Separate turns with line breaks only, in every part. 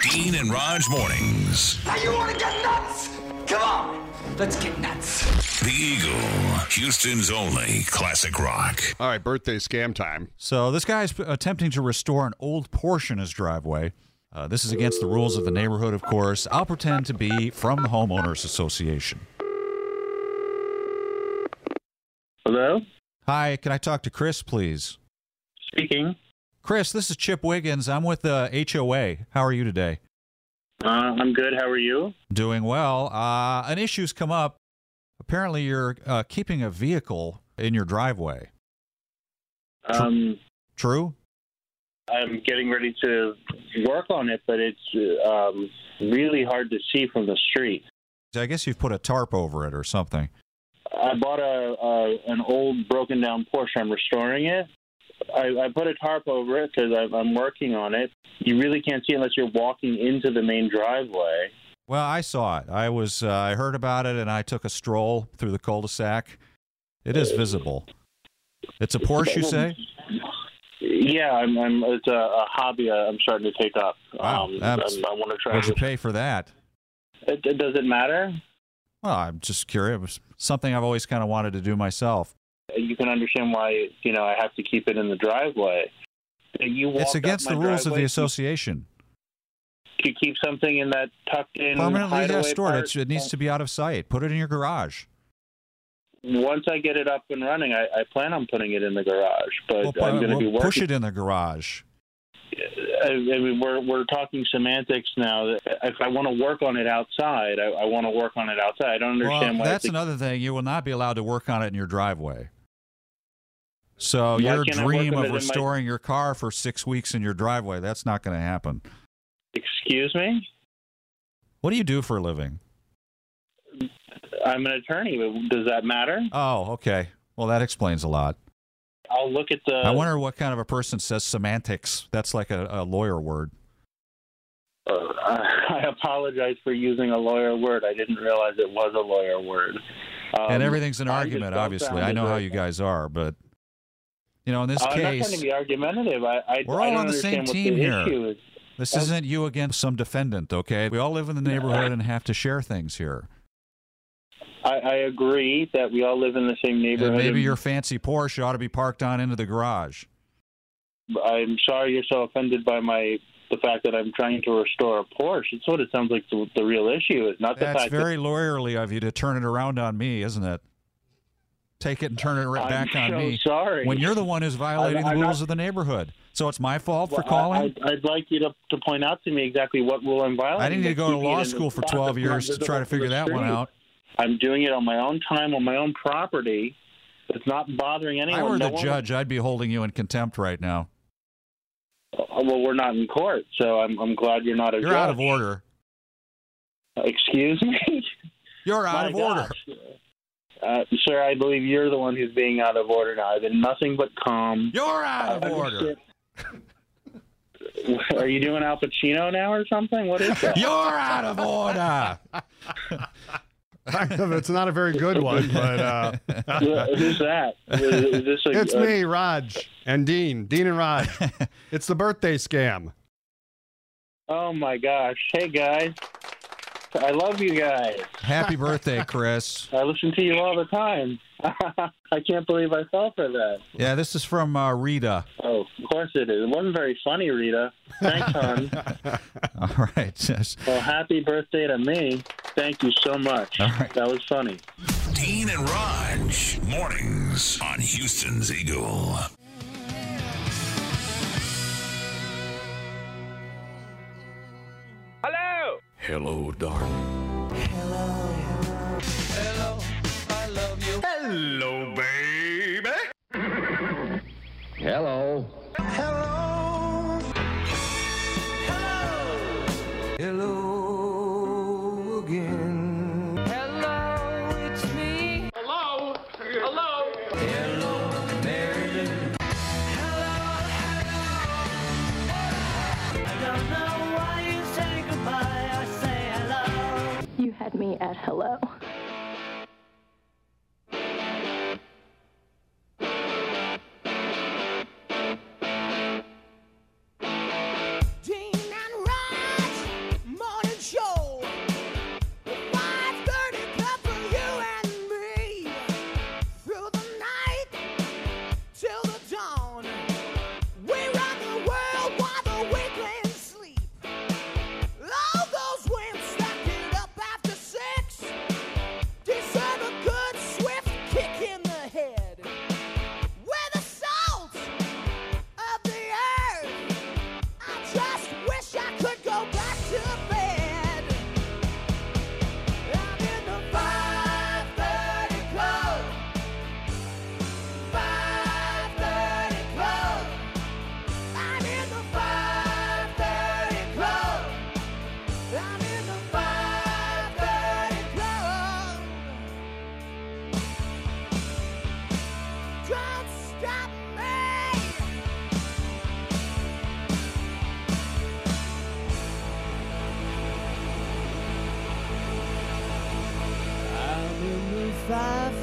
Dean and Raj mornings.
Now you want to get nuts? Come on, let's get nuts.
The Eagle, Houston's only classic rock.
All right, birthday scam time.
So this guy's p- attempting to restore an old Porsche in his driveway. Uh, this is against the rules of the neighborhood, of course. I'll pretend to be from the homeowners association.
Hello?
Hi, can I talk to Chris, please?
Speaking.
Chris, this is Chip Wiggins. I'm with the HOA. How are you today?
Uh, I'm good. How are you?
Doing well. Uh, an issue's come up. Apparently, you're uh, keeping a vehicle in your driveway.
Um,
True?
I'm getting ready to work on it, but it's uh, um, really hard to see from the street.
I guess you've put a tarp over it or something.
I bought a, a an old broken down Porsche. I'm restoring it. I, I put a tarp over it because I'm working on it. You really can't see it unless you're walking into the main driveway.
Well, I saw it. I was uh, I heard about it, and I took a stroll through the cul-de-sac. It is visible. It's a Porsche, you say?
Yeah, I'm. I'm it's a, a hobby I- I'm starting to take up.
Wow,
um, I'm,
that's-
I want to try.
What'd you
It,
pay for that?
it doesn't matter.
Well, I'm just curious. It was something I've always kind of wanted to do myself.
you can understand why you know I have to keep it in the driveway. You walk
It's
up
against
my
the rules of
driveway,
the association.
You keep something in that tucked in
Permanently yeah,
hideaway
stored.
part.
It's, it needs to be out of sight. Put it in your garage.
Once I get it up and running, I, I plan on putting it in the garage, but
We'll, pu-
I'm going to be
we'll
working.
push it in the garage.
I, I mean, we're we're talking semantics now. If I want to work on it outside, I, I want to work on it outside. I don't understand
Well,
why.
that's
it's-
another thing. You will not be allowed to work on it in your driveway. So
Why
your
can't I work
dream
on it
of
in my-
restoring your car for six weeks in your driveway, that's not going to happen.
Excuse me.
What do you do for a living?
I'm an attorney. but Does that matter?
Oh, okay. Well, that explains a lot.
I'll look at the.
I wonder what kind of a person says semantics. That's like a, a lawyer word.
Uh, I apologize for using a lawyer word. I didn't realize it was a lawyer word. Um,
and everything's an
I'm
argument,
just
obviously.
dumbfounded
I know how
right
you
now.
guys are, but, you know, in this
Uh, I'm not
case,
trying to be argumentative. I, I,
We're
I
all
don't
on the same
understand
team
what the
here.
issue is.
this isn't you against some defendant, okay? We all live in the neighborhood and have to share things here.
I, I agree that we all live in the same
And
neighborhood.
maybe
and
your fancy Porsche ought to be parked on into the garage.
I'm sorry you're so offended by my the fact that I'm trying to restore a Porsche. It's what it sounds like the, the real issue is, not the
That's
fact
very lawyerly of you to turn it around on me, isn't it? Take it and turn it
that
right
I'm
back on
so
me.
sorry.
When you're the one who's violating the
I'm
rules
not-
of the neighborhood. So it's my fault for
Well, I-
calling?
I'd, I'd like you to, to point out to me exactly what rule I'm violating.
I didn't need to go to
Keeping it
law
in the
school for
spot
12
that's
years
not
to try to
visible the
figure that one
street.
out.
I'm doing it on my own time, on my own property. It's not bothering
If I
anyone.
were
No
the
one-
judge, I'd be holding you in contempt right now.
Uh, Well, we're not in court, so I'm, I'm glad you're not a
You're
judge.
out of order.
Excuse me?
You're out
My
of order.
gosh. Uh, sir, I believe you're the one who's being out of order now. I've been nothing but calm.
You're out
Uh,
of order.
Are you doing Al Pacino now or something? What is that?
You're out of order.
That's not a very good one, but uh,
Who's that? Is, is this a, uh,
it's
a-
me, Raj, and Dean. Dean and Raj. It's the birthday scam.
Oh my gosh. Hey guys. I love you guys.
Happy birthday, Chris.
I listen to you all the time. I can't believe I fell for that.
Yeah, this is from uh, Rita.
Oh, of course it is. It wasn't very funny, Rita. Thanks, hon.
All right. yes.
well, happy birthday to me. Thank you so much.
All right.
That was funny.
Dean and Raj mornings on Houston's Eagle.
Hello.
Hello, dark.
You had me at hello.
Dean and Raj.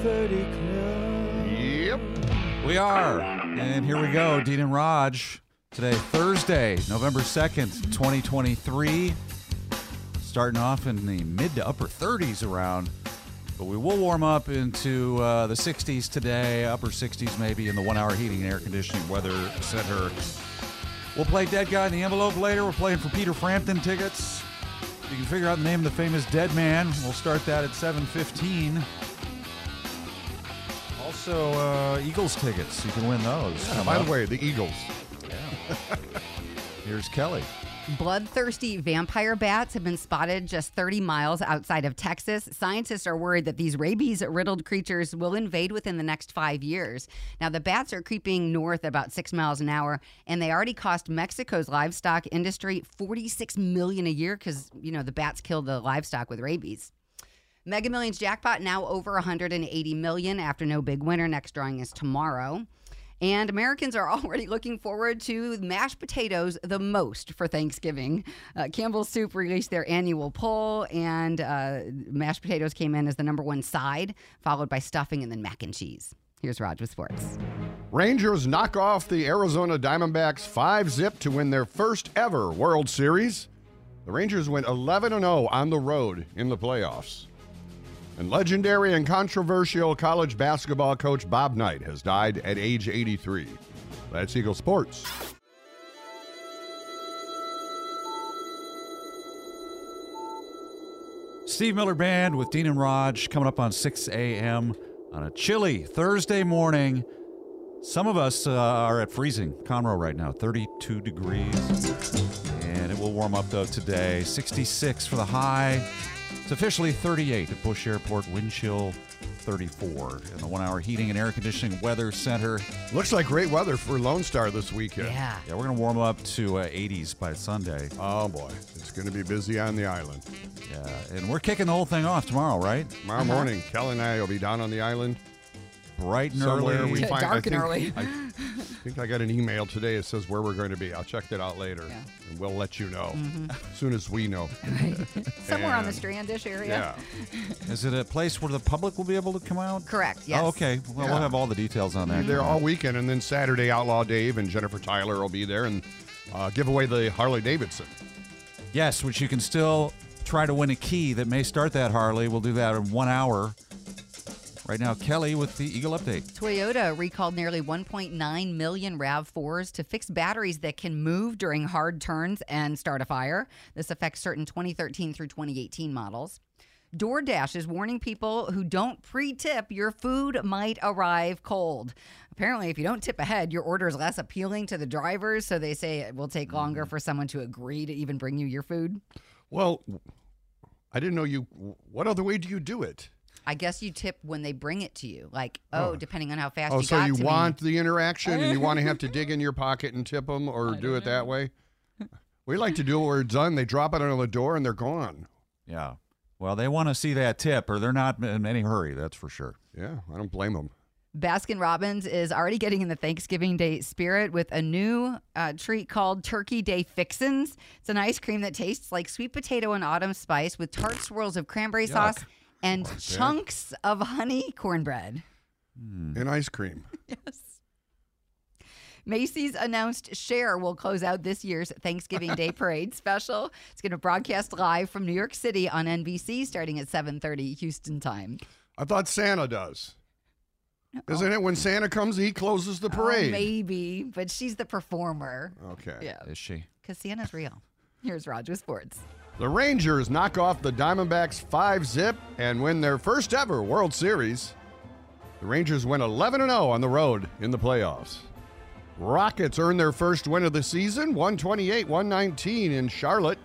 dirty club.
Yep.
We are. And here we go, Dean and Raj. Today, Thursday, November 2nd, 2023. Starting off in the mid to upper 30s around, but we will warm up into uh, the 60s today, upper 60s maybe, in the one hour heating and air conditioning weather center. We'll play Dead Guy in the Envelope later. We're playing for Peter Frampton tickets. You can figure out the name of the famous dead man. We'll start that at 715. Also, uh, Eagles tickets. You can win those. Come
By
up.
the way, the Eagles.
here's Kelly.
Bloodthirsty vampire bats have been spotted just 30 miles outside of Texas. Scientists are worried that these rabies riddled creatures will invade within the next five years. Now, the bats are creeping north about six miles an hour, and they already cost Mexico's livestock industry $46 million a year because, you know, the bats kill the livestock with rabies. Mega Millions jackpot now over 180 million after no big winner. Next drawing is tomorrow. And Americans are already looking forward to mashed potatoes the most for Thanksgiving. Uh, Campbell's Soup released their annual poll, and uh, mashed potatoes came in as the number one side, followed by stuffing and then mac and cheese. Here's Raj with sports.
Rangers knock off the Arizona Diamondbacks 5 zip to win their first ever World Series. The Rangers went 11 0 on the road in the playoffs. And legendary and controversial college basketball coach Bob Knight has died at age 83. That's Eagle Sports.
Steve Miller Band with Dean and Raj coming up on 6 a.m. on a chilly Thursday morning. Some of us uh, are at freezing Conroe right now, 32 degrees. And it will warm up though today, 66 for the high. It's officially 38 at Bush Airport, wind chill 34 in the one hour heating and air conditioning weather center.
Looks like great weather for Lone Star this weekend.
Yeah.
Yeah, we're going to warm up to uh, 80s by Sunday.
Oh boy, it's going to be busy on the island.
Yeah. And we're kicking the whole thing off tomorrow, right?
Tomorrow morning, Kelly and I will be down on the island.
Bright and
Somewhere
early.
we find.
Dark and
I think,
early.
I think I got an email today that says where we're going to be. I'll check that out later,
Yeah. Mm-hmm.
and we'll let you know as soon as we know.
Somewhere on the
And-
Strandish area.
Yeah.
Is it a place where the public will be able to come out?
Correct, yes.
Oh, okay. Well,
Yeah.
we'll have all the details on that.
They're all weekend, and then Saturday, Outlaw Dave and Jennifer Tyler will be there and uh, give away the Harley Davidson.
Yes, which you can still try to win a key that may start that Harley. We'll do that in one hour. Right now, Kelly with the Eagle update.
Toyota recalled nearly 1.9 million RAV4s to fix batteries that can move during hard turns and start a fire. This affects certain 2013 through 2018 models. DoorDash is warning people who don't pre tip your food might arrive cold. Apparently, if you don't tip ahead, your order is less appealing to the drivers, so they say it will
Mm-hmm.
take longer for someone to agree to even bring you your food.
Well, I didn't know you. What other way do you do it?
I guess you tip when they bring it to you, like, oh, depending on how fast
Oh,
you
so
got
you
to me.
want the interaction and you want to have to dig in your pocket and tip them or do it that way? We like to do it where it's done. They drop it on the door and they're gone.
Yeah. Well, they want to see that tip, or they're not in any hurry, that's for sure.
Yeah, I don't blame them.
Baskin Robbins is already getting in the Thanksgiving Day spirit with a new uh, treat called Turkey Day Fixins. It's an ice cream that tastes like sweet potato and autumn spice with tart swirls of cranberry sauce and chunks of honey cornbread.
Hmm.
And ice cream.
Macy's announced Cher will close out this year's Thanksgiving Day Parade special. It's going to broadcast live from New York City on NBC starting at 7:30 Houston time.
I thought Santa does. Isn't it when Santa comes, he closes the parade?
Oh, maybe, but she's the performer.
Okay.
Yeah.
Is she?
Because Santa's real. Here's Roger Sports.
The Rangers knock off the Diamondbacks 5 zip and win their first ever World Series. The Rangers went 11 0 on the road in the playoffs. Rockets earn their first win of the season, 128 119 in Charlotte.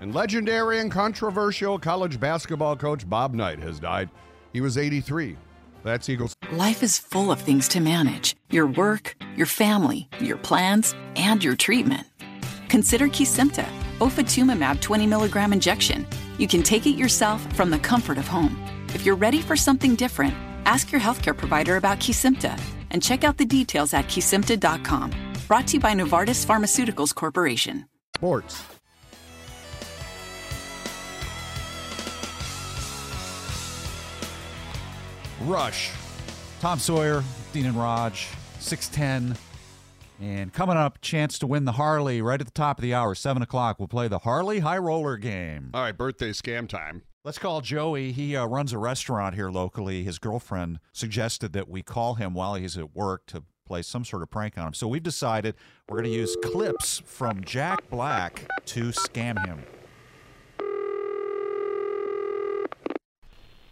And legendary and controversial college basketball coach Bob Knight has died. He was 83. That's Eagles.
Life is full of things to manage your work, your family, your plans, and your treatment. Consider Kesimpta, ofatumumab 20 milligram injection. You can take it yourself from the comfort of home. If you're ready for something different, ask your healthcare provider about Kesimpta and check out the details at kesimpta.com. Brought to you by Novartis Pharmaceuticals Corporation.
Sports. Rush.
Tom Sawyer, Dean and Raj, 610. And coming up, chance to win the Harley right at the top of the hour, 7 o'clock. We'll play the Harley High Roller game.
All right, birthday scam time.
Let's call Joey. He uh, runs a restaurant here locally. His girlfriend suggested that we call him while he's at work to play some sort of prank on him. So we've decided we're going to use clips from Jack Black to scam him.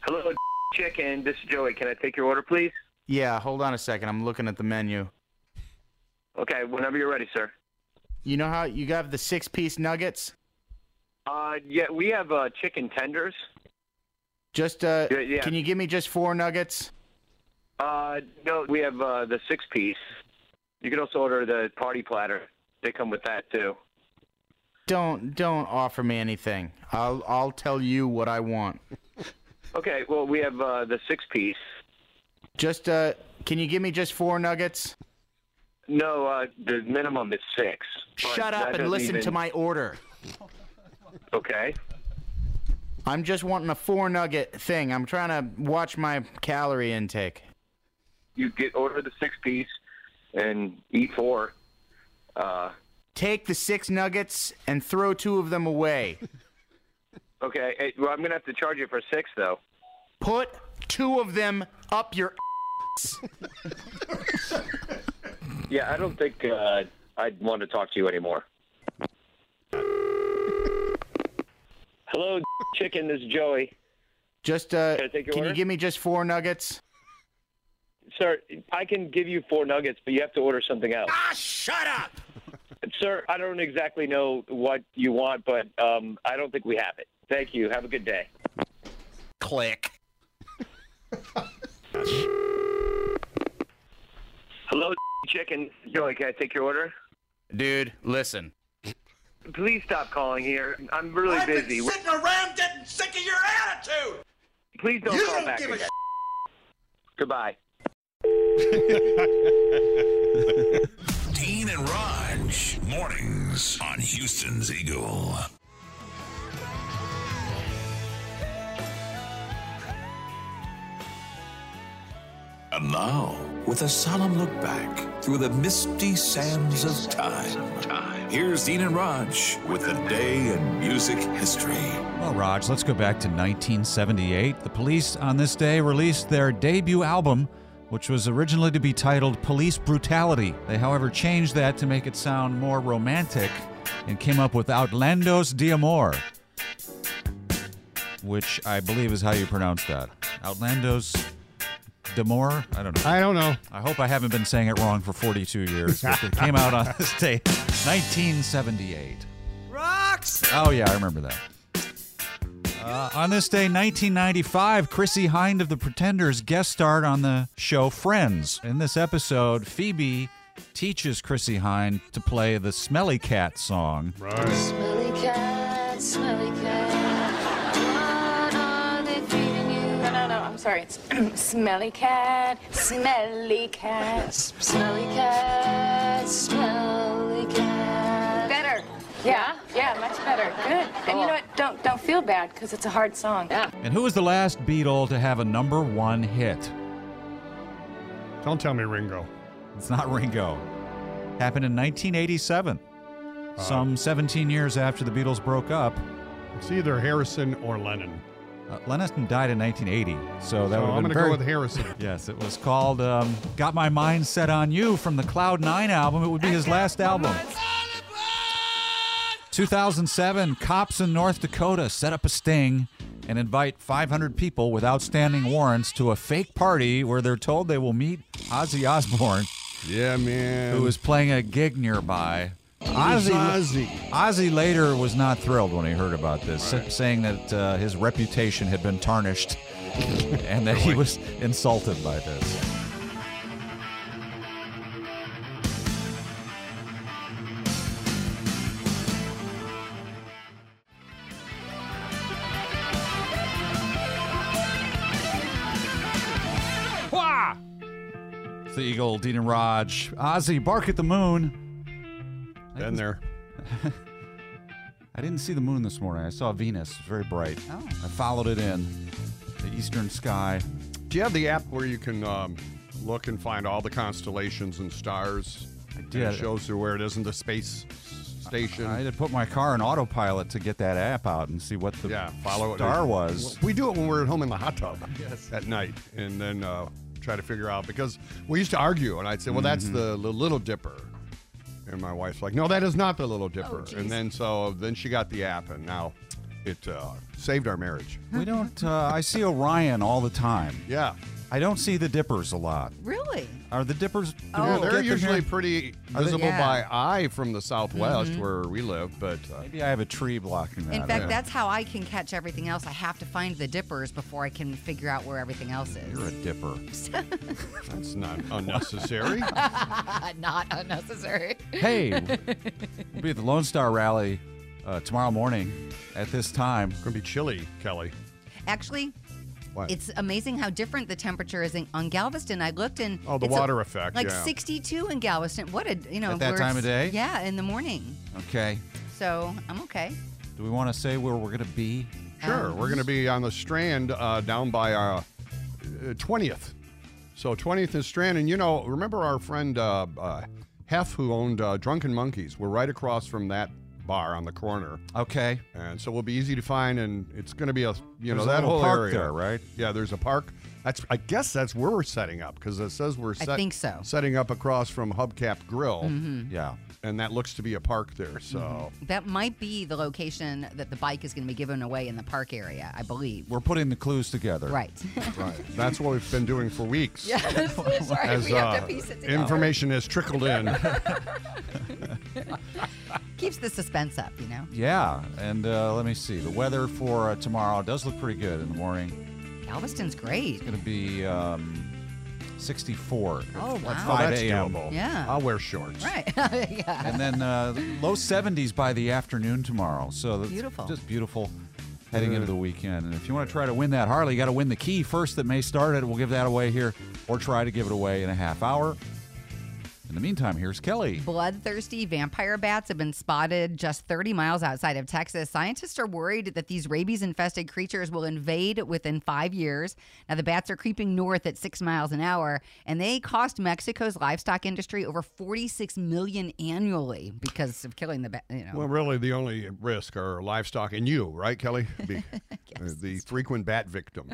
Hello, chicken. This is Joey. Can I take your order, please?
Yeah, hold on a second. I'm looking at the menu.
Okay, whenever you're ready, sir.
You know how you have the six piece nuggets?
Uh, yeah, we have uh, chicken tenders.
Just, uh,
Yeah, yeah.
can you give me just four nuggets?
Uh, no, we have uh, the six piece. You can also order the party platter. They come with that too.
Don't, don't offer me anything. I'll, I'll tell you what I want.
Okay, well, we have uh, the six piece.
Just, uh, can you give me just four nuggets?
No, uh, the minimum is six. but
Shut
that
up and
doesn't
listen to
even-
my order.
Okay.
I'm just wanting a four nugget thing. I'm trying to watch my calorie intake.
You get order the six piece and eat four. Uh,
Take the six nuggets and throw two of them away.
okay. eh, well, I'm gonna have to charge you for six though.
Put two of them up your
Yeah, I don't think uh, I'd want to talk to you anymore. Hello, chicken. This is Joey.
Just uh,
Can I take your
can you
order?
give me just four nuggets?
Sir, I can give you four nuggets, but you have to order something else.
Ah, shut up!
Sir, I don't exactly know what you want, but um, I don't think we have it. Thank you. Have a good day.
Click.
Hello, chicken. Joey, can I take your order?
Dude, listen.
Please stop calling here. I'm really busy.
sitting around getting sick of your attitude.
Please don't
You
call
don't
back
give a
again. Goodbye.
Dean and Raj, mornings on Houston's Eagle. And now, with a solemn look back through the misty sands of time, here's Dean and Raj with the day in music history.
Well, Raj, let's go back to 1978. The police on this day released their debut album, which was originally to be titled Police Brutality. They, however, changed that to make it sound more romantic and came up with Outlandos de Amor, which I believe is how you pronounce that. Outlandos de Amor? I don't know.
I don't know.
I hope I haven't been saying it wrong for 42 years, but it came out on this day, 1978. Rocks! Oh, yeah, I remember that. Uh, on this day, 1995, Chrissy Hind of The Pretenders guest starred on the show Friends. In this episode, Phoebe teaches Chrissy Hind to play the Smelly Cat song.
Smelly cat, smelly cat. What are they feeding you? No, no, no, I'm sorry. It's smelly cat, smelly cat. Smelly cat, smelly cat. Better. Yeah, yeah, much better. Good. And you know what? Don't don't feel bad because it's a hard song.
And who was the last Beatle to have a number one hit?
Don't tell me Ringo.
It's not Ringo. Happened in 1987,
Uh,
some 17 years after the Beatles broke up.
It's either Harrison or Lennon.
Uh, Lennon died in 1980,
So
so that
I'm
would have
going
been
to
very.
go with Harrison.
yes, it was called um, "Got My Mind Set on You" from the Cloud Nine album. It would be his last album. 2007, cops in North Dakota set up a sting and invite 500 people with outstanding warrants to a fake party where they're told they will meet Ozzy Osbourne,
yeah, man.
who was playing a gig nearby.
Who's
Ozzy later was not thrilled when he heard about this, sa- saying that uh, his reputation had been tarnished and that he was insulted by this. It's The Eagle, Dean and Raj, Ozzy, bark at the moon.
Been there.
I didn't see the moon
Oh.
this morning. I saw Venus. It was very bright. I followed it in the eastern sky.
Do you have the app where you can um, look and find all the constellations and stars? I
did.
It shows you where it is in the space station.
I had to put my car in autopilot to get that app out and see what the
follow it.
star was.
We do it when we're at home in the hot tub at night, and then uh, try to figure out because we used to argue, and I'd say, "Well, that's
Mhm.
the, the Little Dipper," and my wife's like, "No, that is not the Little Dipper."
geez.
and then so then she got the app, and now it uh, saved our marriage.
We don't. Uh, I see Orion all the time.
Yeah.
I don't see the Dippers a lot.
Really? Oh.
Are the Dippers? do
Yeah,
we get
they're
them
usually
here?
pretty
Are they-
visible by eye from the southwest
Mhm.
where we live, but uh,
maybe I have a tree blocking
In fact, that's how I can catch everything else. I have to find the dippers before I can figure out where everything else is.
You're a dipper.
that's not unnecessary.
Not unnecessary.
hey, we'll be at the Lone Star Rally uh, tomorrow morning at this time. It's
gonna be chilly, Kelly.
Actually,
What?
it's amazing how different the temperature is in, on Galveston. I looked and
Oh, the
it's
water effect,
Like
yeah.
62 in Galveston. What a you know
At that
where
time of
it's-
day?
Yeah, in the morning.
Okay.
So I'm okay.
Do we want to say where we're gonna be? Um,
Sure, we're going to be on the Strand uh, down by our twentieth. so twentieth is Strand, and you know, remember our friend uh, uh, Hef who owned uh, Drunken Monkeys? We're right across from that bar on the corner.
Okay.
And so we'll be easy to find, and it's going to be a you know
There's a
that
little
whole
park
area,
there, right?
Yeah, there's a park. That's I guess that's where we're setting up because it says we're
I
set,
think so.
setting up across from Hubcap Grill.
Mhm.
Yeah,
and that looks to be a park there. So.
That might be the location that the bike is going to be given away in the park area, I believe.
We're putting the clues together.
Right.
Right. That's what we've been doing for weeks.
Yeah, that's- that's right.
As,
We have to
uh,
piece it together.
information has trickled in.
Keeps the suspense up, you know.
Yeah, and uh, let me see. The weather for uh, tomorrow does look pretty good in the morning.
Galveston's great.
It's going to be um, 64
Oh,
at
wow. Oh,
5
that's
a.m.
doable.
Yeah.
I'll wear shorts.
Right. yeah.
And then uh, low 70s by the afternoon tomorrow. So that's
Beautiful.
just beautiful heading into the weekend. And if you want to try to win that Harley, you got to win the key first that may start it. We'll give that away here or try to give it away in a half hour. In the meantime, here's Kelly.
Bloodthirsty vampire bats have been spotted just 30 miles outside of Texas. Scientists are worried that these rabies infested creatures will invade within five years. Now, the bats are creeping north at six miles an hour, and they cost Mexico's livestock industry over 46 million annually because of killing the bat. You know.
Well, really, the only risk are livestock and you, right, Kelly? Be, uh, the frequent bat victim.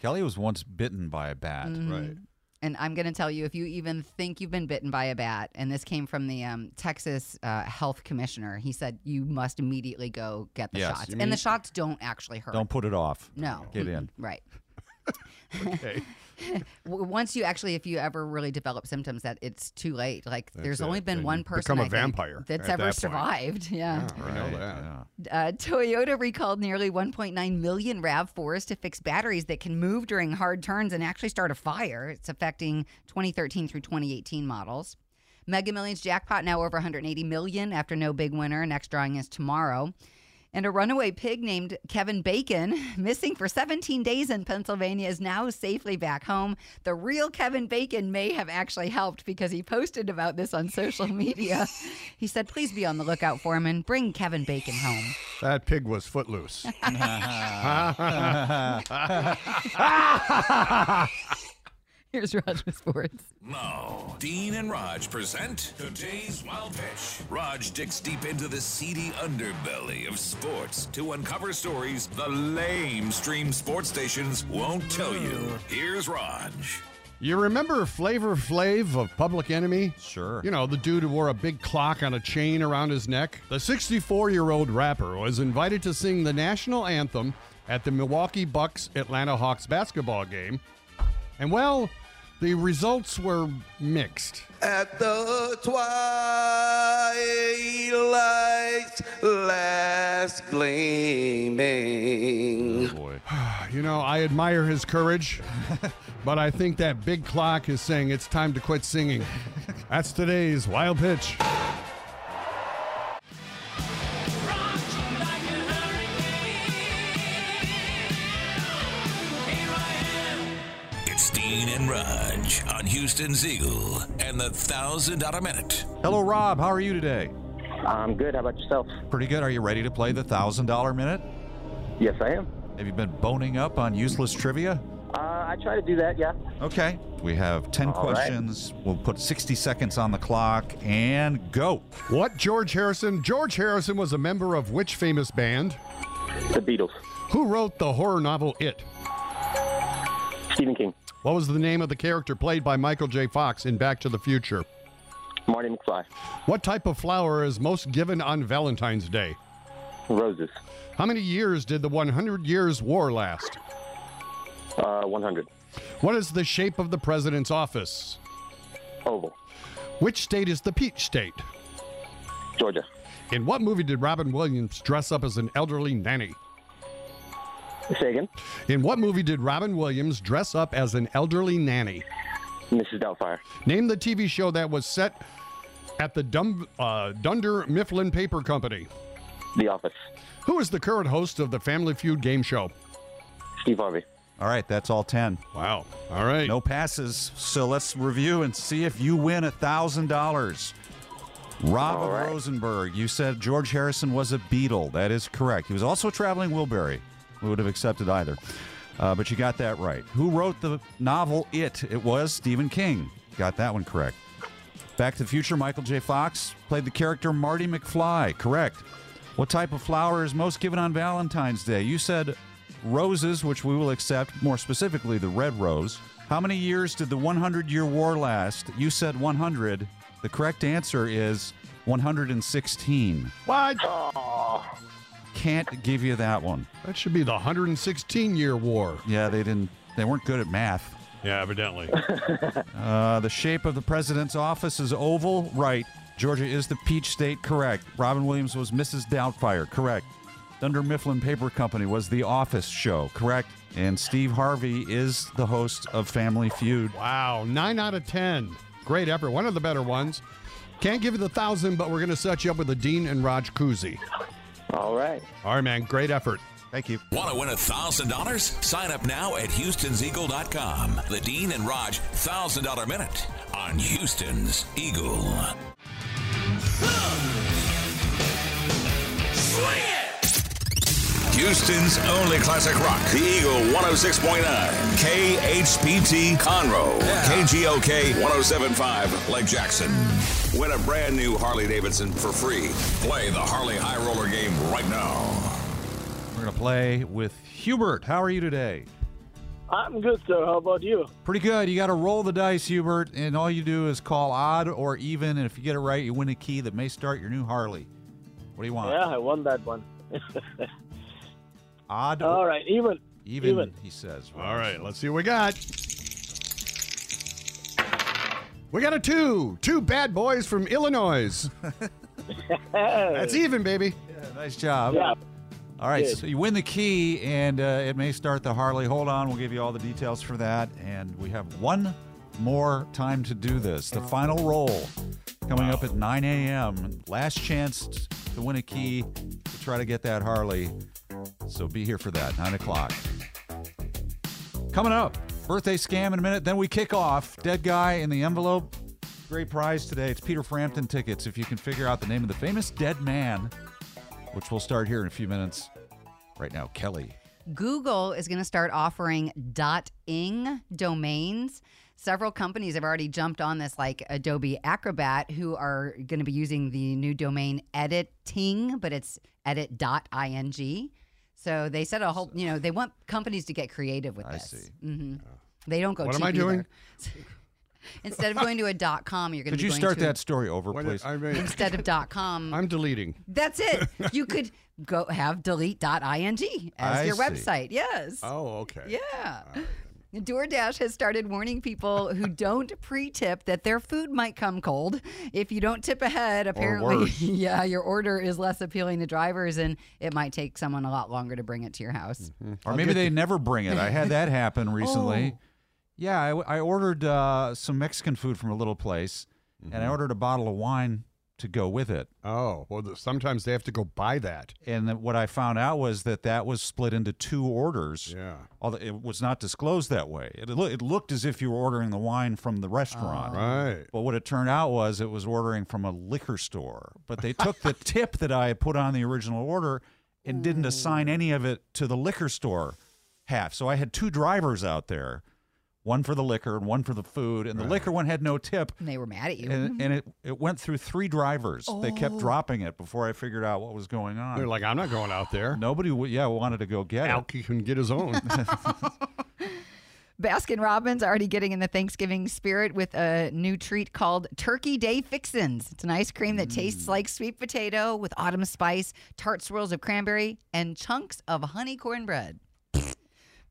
Kelly was once bitten by a bat.
Mhm. And I'm going to tell you if you even think you've been bitten by a bat, and this came from the um, Texas uh, health commissioner, he said you must immediately go get the
Yes.
shots.
You
And
mean-
the shots don't actually hurt.
Don't put it off.
No.
Get
Mm-mm.
in.
Right.
okay.
W- Once you actually, if you ever really develop symptoms, that it's too late. Like
That's
there's
it.
only been
Then
one
you
person
become a
I think,
vampire
that's
at
ever
that point.
survived. Yeah.
I know that.
Uh, Toyota recalled nearly 1.9 million RAV4s to fix batteries that can move during hard turns and actually start a fire. It's affecting 2013 through 2018 models. Mega Millions jackpot now over 180 million after no big winner. Next drawing is tomorrow. And a runaway pig named Kevin Bacon, missing for 17 days in Pennsylvania, is now safely back home. The real Kevin Bacon may have actually helped because he posted about this on social media. he said, Please be on the lookout for him and bring Kevin Bacon home.
That pig was footloose.
Here's Roger Sports.
Now, Dean and Raj present today's wild pitch. Raj digs deep into the seedy underbelly of sports to uncover stories the lame stream sports stations won't tell you. Here's Raj.
You remember Flavor Flav of Public Enemy?
Sure.
You know, the dude who wore a big clock on a chain around his neck? The 64 year old rapper was invited to sing the national anthem at the Milwaukee Bucks Atlanta Hawks basketball game. And well, the results were mixed.
At the twilight's last gleaming.
You know, I admire his courage, but I think that big clock is saying it's time to quit singing. That's today's Wild Pitch.
It's Dean and Raj on Houston's Eagle and the thousand dollar minute.
Hello, Rob. How are you today?
I'm good. How about yourself?
Pretty good. Are you ready to play the thousand dollar minute?
Yes, I am.
Have you been boning up on useless trivia?
Uh, I I try to do that, yeah.
Okay. We have 10
All right.
questions. We'll put 60 seconds on the clock and go.
What George Harrison? George Harrison was a member of which famous band?
The Beatles.
Who wrote the horror novel It?
Stephen King.
What was the name of the character played by Michael J. Fox in Back to the Future?
Marty McFly.
What type of flower is most given on Valentine's Day?
Roses.
How many years did the 100 Years War last?
Uh, 100.
What is the shape of the president's office?
Oval.
Which state is the peach state?
Georgia.
In what movie did Robin Williams dress up as an elderly nanny?
Say again.
In what movie did Robin Williams dress up as an elderly nanny?
Mrs. Doubtfire.
Name the TV show that was set at the Dum- uh, Dunder Mifflin Paper Company.
The Office.
Who is the current host of the Family Feud game show?
Steve Harvey.
All right, that's all 10.
Wow. All right.
No passes. So let's review and see if you win $1,000. Rob of Rosenberg, you said George Harrison was a Beatle. That is correct. He was also a traveling Wilbury. We would have accepted either. Uh, but you got that right. Who wrote the novel It? It was Stephen King. Got that one correct. Back to the Future, Michael J. Fox played the character Marty McFly. Correct. What type of flower is most given on Valentine's Day? You said roses, which we will accept, more specifically the red rose. How many years did the 100 year war last? You said 100. The correct answer is 116.
What?
Can't give you that one.
That should be the 116 year war.
Yeah, they didn't, they weren't good at math.
Yeah, evidently.
Uh, the shape of the president's office is oval. Right. Georgia is the peach state. Correct. Robin Williams was Mrs. Doubtfire. Correct. Dunder Mifflin Paper Company was the office show. Correct. And Steve Harvey is the host of Family Feud.
wow. Nine out of 10. Great effort. One of the better ones. Can't give you the thousand, but we're going to set you up with a Dean and Raj koozie.
All right.
All right, man. Great effort.
Thank you.
Want to win $1,000? Sign up now at Houston'sEagle.com. The Dean and Raj $1,000 Minute on Houston's Eagle. Houston's only classic rock, The Eagle 106.9, KHPT Conroe, KGOK 1075, Lake Jackson. Win a brand new Harley Davidson for free. Play the Harley High Roller game right now.
We're going to play with Hubert. How are you today?
I'm good, sir. How about you?
Pretty good. You got to roll the dice, Hubert, and all you do is call odd or even. And if you get it right, you win a key that may start your new Harley. What do you want?
Yeah, I won that one.
Odd
Uh,
All
or
right, even.
even,
even.
he says.
All right, let's see what we got. We got a two. Two bad boys from Illinois. That's even, baby.
Nice job.
Yeah.
All right,
Good.
so you win the key, and uh, it may start the Harley. Hold on, we'll give you all the details for that, and we have one more time to do this. The final roll coming up at 9 a.m. Last chance t- to win a key to try to get that Harley. So be here for that. Nine o'clock. Coming up, birthday scam in a minute. Then we kick off Dead Guy in the Envelope. Great prize today. It's Peter Frampton tickets. If you can figure out the name of the famous dead man, which we'll start here in a few minutes. Right now, Kelly.
Google is going to start offering .ing domains. Several companies have already jumped on this, like Adobe Acrobat, who are going to be using the new domain editing, but it's edit.ing. So they said a whole, you know, they want companies to get creative with this. I see. hmm They don't go.
What am
cheap
I doing?
either. Instead of going to a dot .com, you're going
Could
to be
you
going
start
to-
that story over,
What
please?
I mean,
instead of dot .com.
I'm deleting.
That's it. You could go have delete.ing as
I
your
see.
website. Yes.
Oh, okay.
Yeah. DoorDash has started warning people who don't pre-tip that their food might come cold. If you don't tip ahead, apparently,
worse.
yeah, your order is less appealing to drivers, and it might take someone a lot longer to bring it to your house.
Mm-hmm.
Or maybe they never bring it. I had that happen recently.
Oh.
Yeah, I, I ordered uh, some Mexican food from a little place, and I ordered a bottle of wine to go with it.
Mm-hmm. Oh, well, th- sometimes they have to go buy that.
And then what I found out was that that was split into two orders.
Yeah.
Although it was not disclosed that way. It, loo- it looked as if you were ordering the wine from the restaurant.
Ah, Right.
But what it turned out was it was ordering from a liquor store. But they took the tip that I had put on the original order and didn't assign any of it to the liquor store half. So I had two drivers out there one for the liquor and one for the food, and the liquor one had no tip.
And they were mad at you.
And, and it, it went through three drivers. They kept
Mm-hmm. Oh.
dropping it before I figured out what was going on.
They're like, I'm not going out there.
Nobody, w- yeah, wanted to go get it.
Alky can get his own.
Baskin Robbins already getting in the Thanksgiving spirit with a new treat called Turkey Day Fixins. It's an ice cream that tastes like sweet potato with autumn spice, tart swirls of cranberry, and chunks of honey cornbread.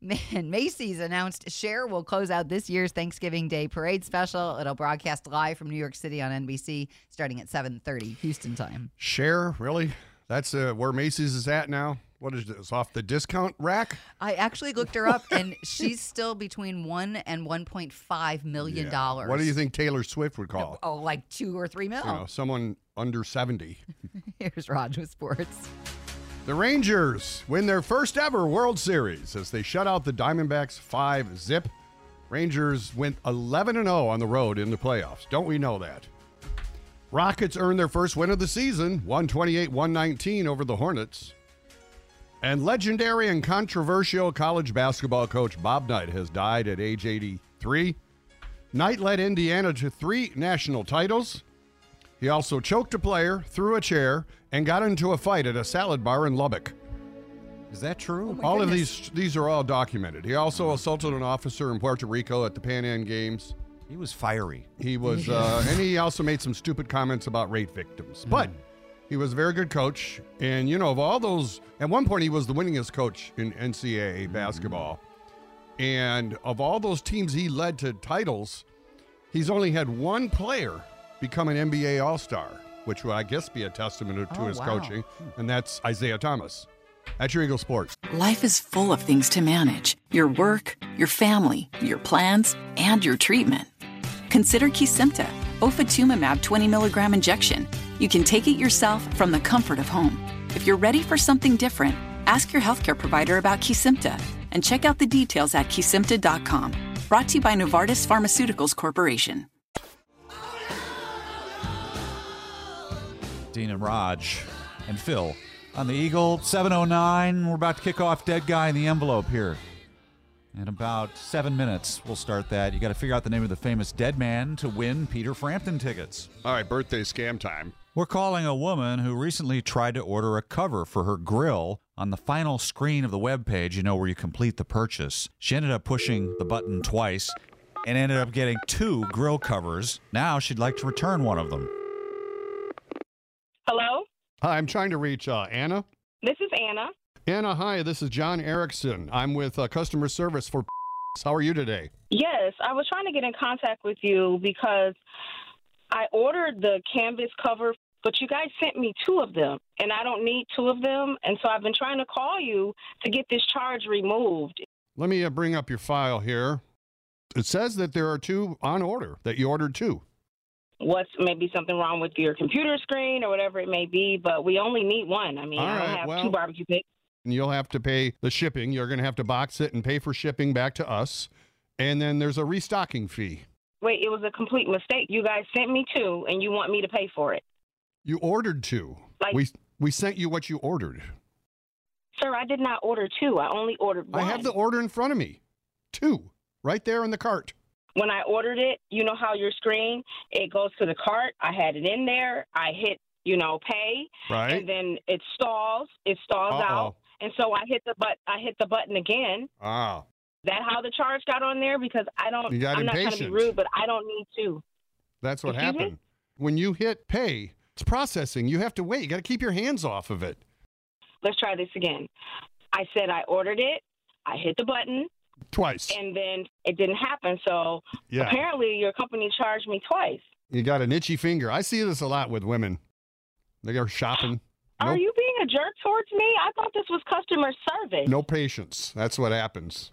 Man, Macy's announced Cher will close out this year's Thanksgiving Day Parade special. It'll broadcast live from New York City on NBC starting at 7:30 Houston time.
Share, really? That's uh, where Macy's is at now. What is this? Off the discount rack?
I actually looked her up and she's still between 1 and 1.5 million dollars.
What do you think Taylor Swift would call? it?
Oh, like 2 or 3 mil.
You know, someone under 70.
Here's Raj with sports.
The Rangers win their first ever World Series as they shut out the Diamondbacks 5 zip. Rangers went 11 0 on the road in the playoffs. Don't we know that? Rockets earned their first win of the season, 128 119 over the Hornets. And legendary and controversial college basketball coach Bob Knight has died at age 83. Knight led Indiana to three national titles. He also choked a player, threw a chair, and got into a fight at a salad bar in Lubbock.
Is that true?
Oh
all of these these are all documented. He
Uh-huh.
also assaulted an officer in Puerto Rico at the Pan Am Games.
He was fiery.
He was, uh, and he also made some stupid comments about rape
Hmm.
victims. But he was a very good coach, and you know, of all those, at one point he was the winningest coach in NCAA
Hmm.
basketball. And of all those teams he led to titles, he's only had one player become an NBA All Star, which would, I guess, be a testament to
Oh,
his
wow.
coaching, and that's Isaiah Thomas. That's your Eagle Sports.
Life is full of things to manage your work, your family, your plans, and your treatment. Consider Kesimpta, ofatumumab 20 milligram injection. You can take it yourself from the comfort of home. If you're ready for something different, ask your healthcare provider about Kesimpta and check out the details at kesimpta.com. Brought to you by Novartis Pharmaceuticals Corporation.
Dean and Raj and Phil on the Eagle 709. We're about to kick off Dead Guy in the Envelope here. In about seven minutes, we'll start that. You got to figure out the name of the famous dead man to win Peter Frampton tickets.
All right, birthday scam time.
We're calling a woman who recently tried to order a cover for her grill on the final screen of the webpage, you know, where you complete the purchase. She ended up pushing the button twice and ended up getting two grill covers. Now she'd like to return one of them.
Hello,
Hi, I'm trying to reach uh, Anna.
this is Anna.
Anna, hi. This is John Erickson. I'm with uh, customer service for. How are you today?
Yes, I was trying to get in contact with you because I ordered the canvas cover, but you guys sent me two of them, and I don't need two of them. And so I've been trying to call you to get this charge removed.
Let me uh, bring up your file here. It says that there are two on order that you ordered two.
What's maybe something wrong with your computer screen or whatever it may be, but we only need one. I mean,
All
I don't
right,
have
well-
two barbecue pits.
And you'll have to pay the shipping. You're going to have to box it and pay for shipping back to us. And then there's a restocking fee.
Wait, it was a complete mistake. You guys sent me two, and you want me to pay for it.
You ordered two.
Like-
we we sent you what you ordered.
Sir, I did not order two. I only ordered one.
I have the order in front of me. Two, right there in the cart.
when I ordered it, you know how your screen it goes to the cart. I had it in there. I hit you know pay,
Right.
and then it stalls. It stalls
Uh-oh.
out, and so I hit the but I hit the button again.
Ah.
That how the charge got on there because I don't.
You got
I'm not trying to
impatient.
be rude, but I don't need to.
That's what
Excuse me?
happened. When you hit pay, it's processing. You have to wait. You got to keep your hands off of it.
Let's try this again. I said I ordered it. I hit the button,
Twice.
and then it didn't happen. So
Yeah.
apparently, your company charged me twice.
You got an itchy finger. I see this a lot with women. They are shopping.
Are
Nope.
you being a jerk towards me? I thought this was customer service.
No patience. That's what happens.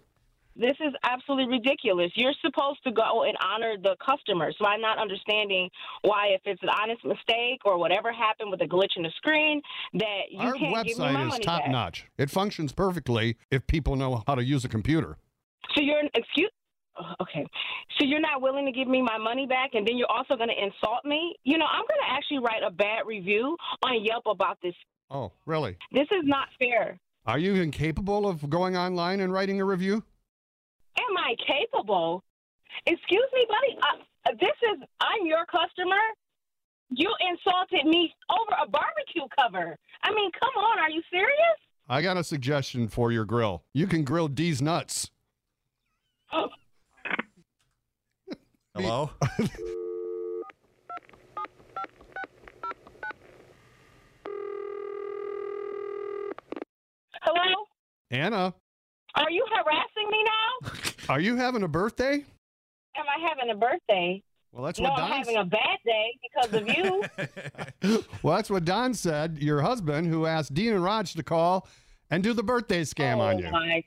This is absolutely ridiculous. You're supposed to go and honor the customer. So I'm not understanding why, if it's an honest mistake or whatever happened with a glitch in the screen, that you
Our
can't give me my
website
money
is top
back.
notch. It functions perfectly if people know how to use a computer.
So you're an excuse. oh, Okay, so you're not willing to give me my money back, and then you're also going to insult me. You know, I'm going to actually write a bad review on Yelp about this.
Oh, really?
This is not fair.
Are you incapable of going online and writing a review?
Am I capable?
Excuse me, buddy. I, this is I'm your customer. You insulted me over a barbecue cover. I mean, come on. Are you serious?
I got a suggestion for your grill. You can grill D's nuts.
Hello?
Hello?
Anna,
Are you harassing me now?
are you having a birthday?
Am I having a birthday?
Well, that's
no,
what
I'm
Don
having a bad day because of you.
Well, that's what Don said, your husband, who asked Dean and Raj to call and do the birthday scam on you.
Oh my-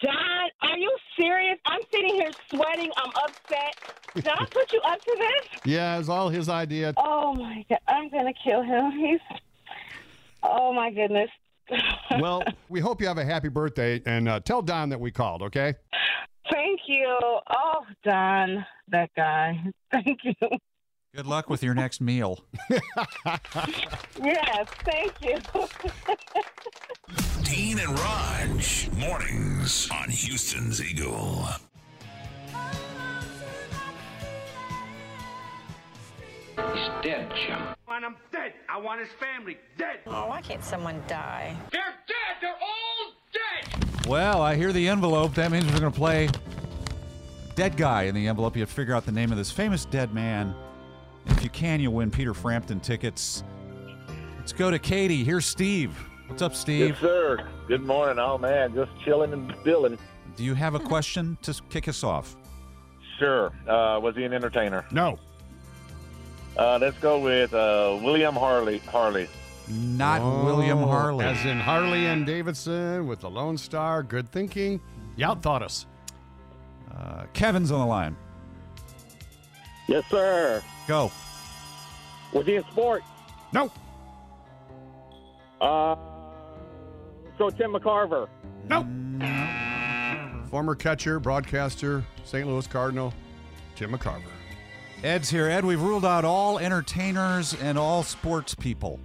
Don, are you serious? I'm sitting here sweating. I'm upset. Did I put you up to this?
Yeah, it was all his idea.
Oh my god, I'm gonna kill him. He's. Oh my goodness.
Well, we hope you have a happy birthday and uh, tell Don that we called, okay?
Thank you. Oh, Don, that guy. Thank you.
Good luck with your next meal.
Yes, thank you.
Dean and Raj, mornings on Houston's Eagle.
He's dead, Jim.
want him dead. I want his family dead. Oh, why can't someone die? They're dead. They're all dead.
Well, I hear the envelope. That means we're going to play Dead Guy in the envelope. You have to figure out the name of this famous dead man. If you can, you'll win Peter Frampton tickets. Let's go to Katie. Here's Steve. What's up, Steve?
Yes, sir. Good morning. Oh man, just chilling and billing.
Do you have a question to s- kick us off?
Sure. Uh, was he an entertainer?
No.
Uh, let's go with uh, William Harley. Harley.
Not
Oh,
William Harley.
As in Harley and Davidson with the Lone Star. Good thinking. You outthought us.
Uh, Kevin's on the line.
Yes, sir.
Go.
Was he in sport?
No.
Uh, so Tim McCarver.
No. Former catcher, broadcaster, St. Louis Cardinal, Jim McCarver.
Ed's here. Ed, we've ruled out all entertainers and all sports people.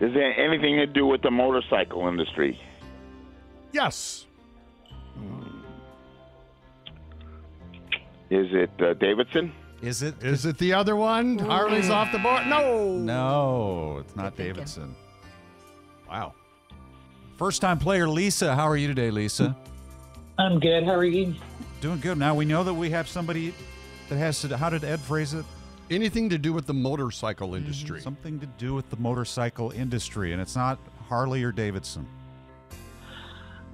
Does that have anything to do with the motorcycle industry?
Yes.
Is it uh, Davidson?
Is it?
Is it the other one? Harley's off the board. No.
No, it's not Davidson. Wow. First time player Lisa. How are you today, Lisa?
I'm good. How are you?
Doing good. Now we know that we have somebody that has to. How did Ed phrase it? Mm-hmm.
Anything to do with the motorcycle industry.
Something to do with the motorcycle industry, and it's not Harley or Davidson.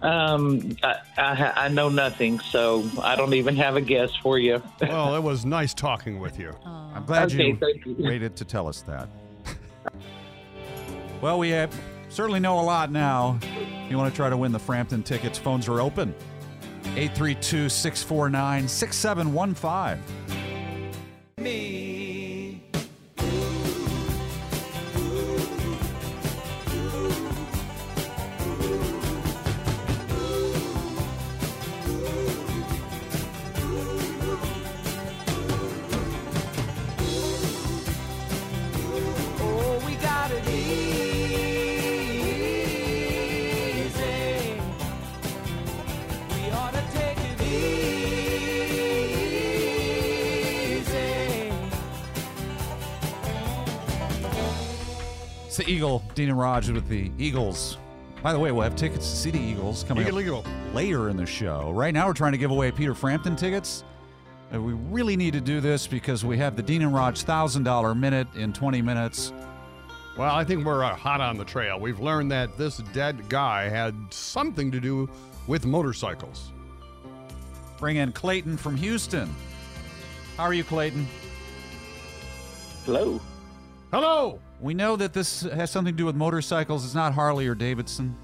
Um, I, I, ha- I know nothing, so I don't even have a guess for you.
Well, it was nice talking with you.
I'm glad
Okay,
you,
thank you.
waited to tell us that. well, we uh certainly know a lot now. If you want to try to win the Frampton tickets, phones are open. 832 649 6715.
Me. Oh, we got it easy. We ought to take it easy.
It's the Eagle, Dean and Raj with the Eagles. By the way, we'll have tickets to see the Eagles coming
Eagle,
up later in the show. Right now, we're trying to give away Peter Frampton tickets. And we really need to do this because we have the Dean and Raj $1,000 minute in 20 minutes.
Well, I think we're uh, hot on the trail. We've learned that this dead guy had something to do with motorcycles.
Bring in Clayton from Houston. How are you, Clayton?
Hello.
Hello.
We know that this has something to do with motorcycles. It's not Harley or Davidson.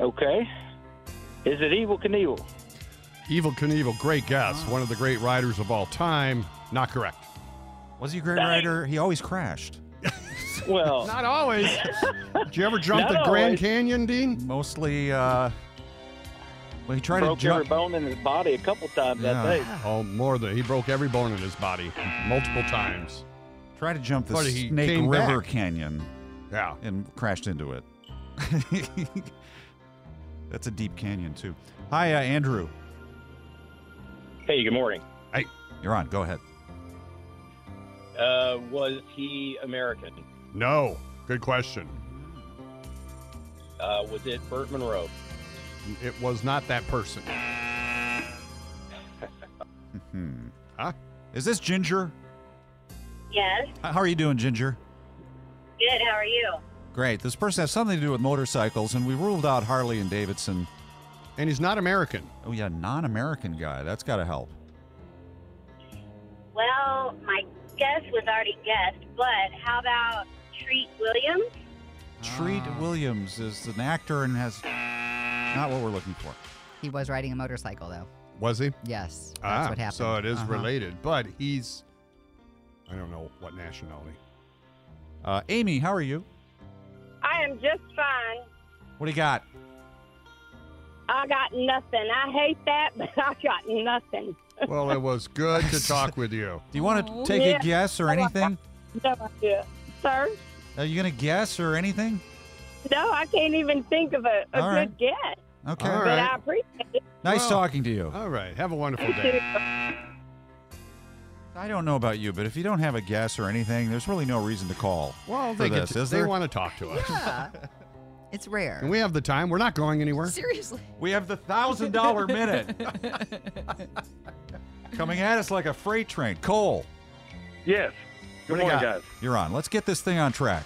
Okay. Is it Evil Knievel?
Evil Knievel, great guess. One of the great riders of all time. Not correct.
Was he a great rider? He always crashed.
Well,
not always. Did you ever jump
Not
the Grand
always.
Canyon, Dean?
Mostly, uh, well, he tried
Broke
to jump.
every bone in his body a couple times that day.
Oh, more than he broke every bone in his body multiple times.
Try to jump the
But he
Snake
came
River
back.
Canyon.
Yeah.
And crashed into it. That's a deep canyon, too. Hi, uh, Andrew.
Hey, good morning.
Hey, you're on. Go ahead.
Uh, was he American?
No. Good question.
Uh, was it Burt Monroe?
It was not that person.
Hmm. Huh? Is this Ginger?
Yes.
H- How are you doing, Ginger?
Good. How are you?
Great. This person has something to do with motorcycles, and we ruled out Harley and Davidson.
And he's not American.
Oh, yeah, non American guy. That's got to help.
Well, my guess was already guessed, but how about Treat Williams?
Treat Williams is an actor and has not what we're looking for.
He was riding a motorcycle, though.
Was he?
Yes, that's
ah,
what happened.
So it is
Uh-huh.
related, but he's I don't know what nationality.
Uh, Amy, how are you?
I am just fine.
What do you got?
I got nothing. I hate that, but I got nothing.
Well, it was good to talk with you.
Do you want to
Oh.
take
Yeah.
a guess or anything?
No idea. Sir?
Are you going to guess or anything?
No, I can't even think of a, a
All
good
right.
guess.
Okay.
But I appreciate it.
Nice
Well,
talking to you.
All right. Have a wonderful
You
day.
too.
I don't know about you, but if you don't have a guess or anything, there's really no reason to call.
Well,
for
they,
this,
get to-
is
they
there?
want to talk to us.
Yeah. it's rare.
And we have the time. We're not going anywhere.
Seriously.
We have the thousand dollar minute coming at us like a freight train. Cole,
Yes. Good
what do you
morning,
got?
guys.
You're on. Let's get this thing on track.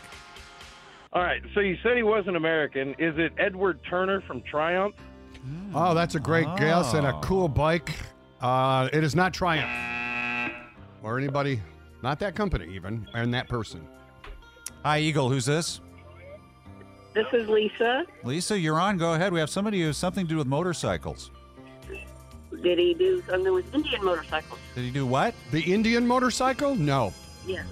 All right. So you said he wasn't American. Is it Edward Turner from Triumph?
Oh, that's a great guess and a cool bike. Uh, it is not Triumph or anybody, not that company even, and that person.
Hi, Eagle. Who's this?
This is Lisa.
Lisa, you're on. Go ahead. We have somebody who has something to do with motorcycles.
Did he do something with Indian motorcycles?
Did he do what?
The Indian motorcycle? No.
Yeah.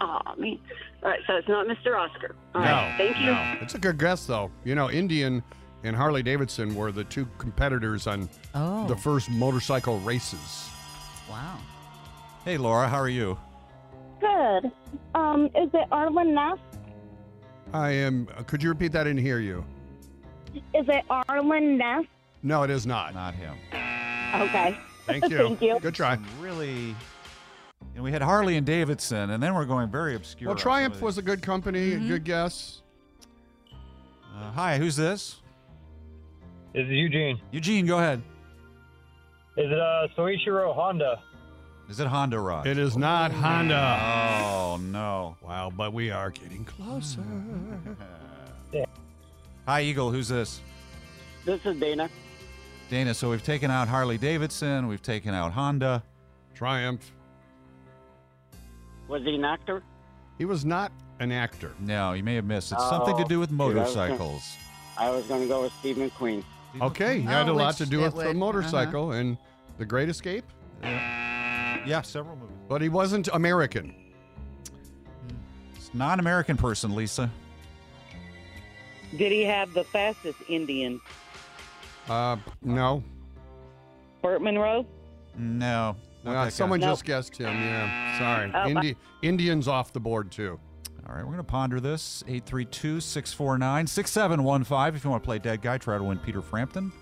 Oh, man. All right, so it's not Mr. Oscar. All
no.
right, thank you.
No. It's a good guess though. You know, Indian and Harley Davidson were the two competitors on
Oh.
the first motorcycle races.
Wow.
Hey, Laura. How are you?
Good. Um, is it Arlen Nass?
I am. uh, Could you repeat that? I didn't hear you.
Is it Arlen Nass?
No, it is not.
Not him.
Okay.
Thank you.
Thank you.
Good try.
Really. And we had Harley and Davidson, and then we're going very obscure.
Well, Triumph was a good company.
Mm-hmm.
a Good guess.
Uh, hi, who's this?
This is Eugene.
Eugene, go ahead.
Is it uh, Soichiro Honda?
Is it Honda Rod?
It is not Honda.
Oh no!
Wow, but we are getting closer.
Hi, Eagle. Who's this?
This is Dana.
Dana. So we've taken out Harley Davidson. We've taken out Honda.
Triumph.
Was he an actor?
He was not an actor.
No, you may have missed. It's something to
Oh,
do with
dude, I was gonna-
motorcycles.
I was going to go with Steve McQueen.
Okay, he
Oh,
had a lot
which
to do with
it
the
would- uh-huh.
motorcycle and The Great Escape,
Yeah, several movies. Hmm.
but he wasn't American.
It's non-American person, Lisa.
Did he have the fastest Indian?
Uh, no.
uh-huh.
Burt Monroe?
No.
Uh,
Not that guy.
someone
Nope.
just guessed him. Yeah, sorry.
Oh,
Indi- Indians off the board too.
All right, we're going to ponder this. 832-649-6715 if you want to play dead guy, try to win Peter Frampton.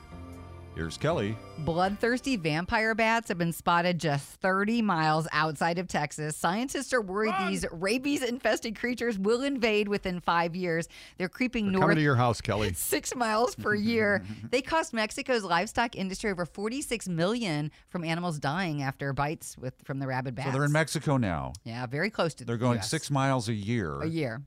Here's Kelly.
Bloodthirsty vampire bats have been spotted just 30 miles outside of Texas. Scientists are worried these rabies infested creatures will invade within five years. They're creeping north.
Coming to your house, Kelly.
six miles per year. They cost Mexico's livestock industry over 46 million from animals dying after bites with from the rabid bats.
So they're in Mexico now.
yeah, very close to.
They're
the
going
US.
6 miles a year.
a year,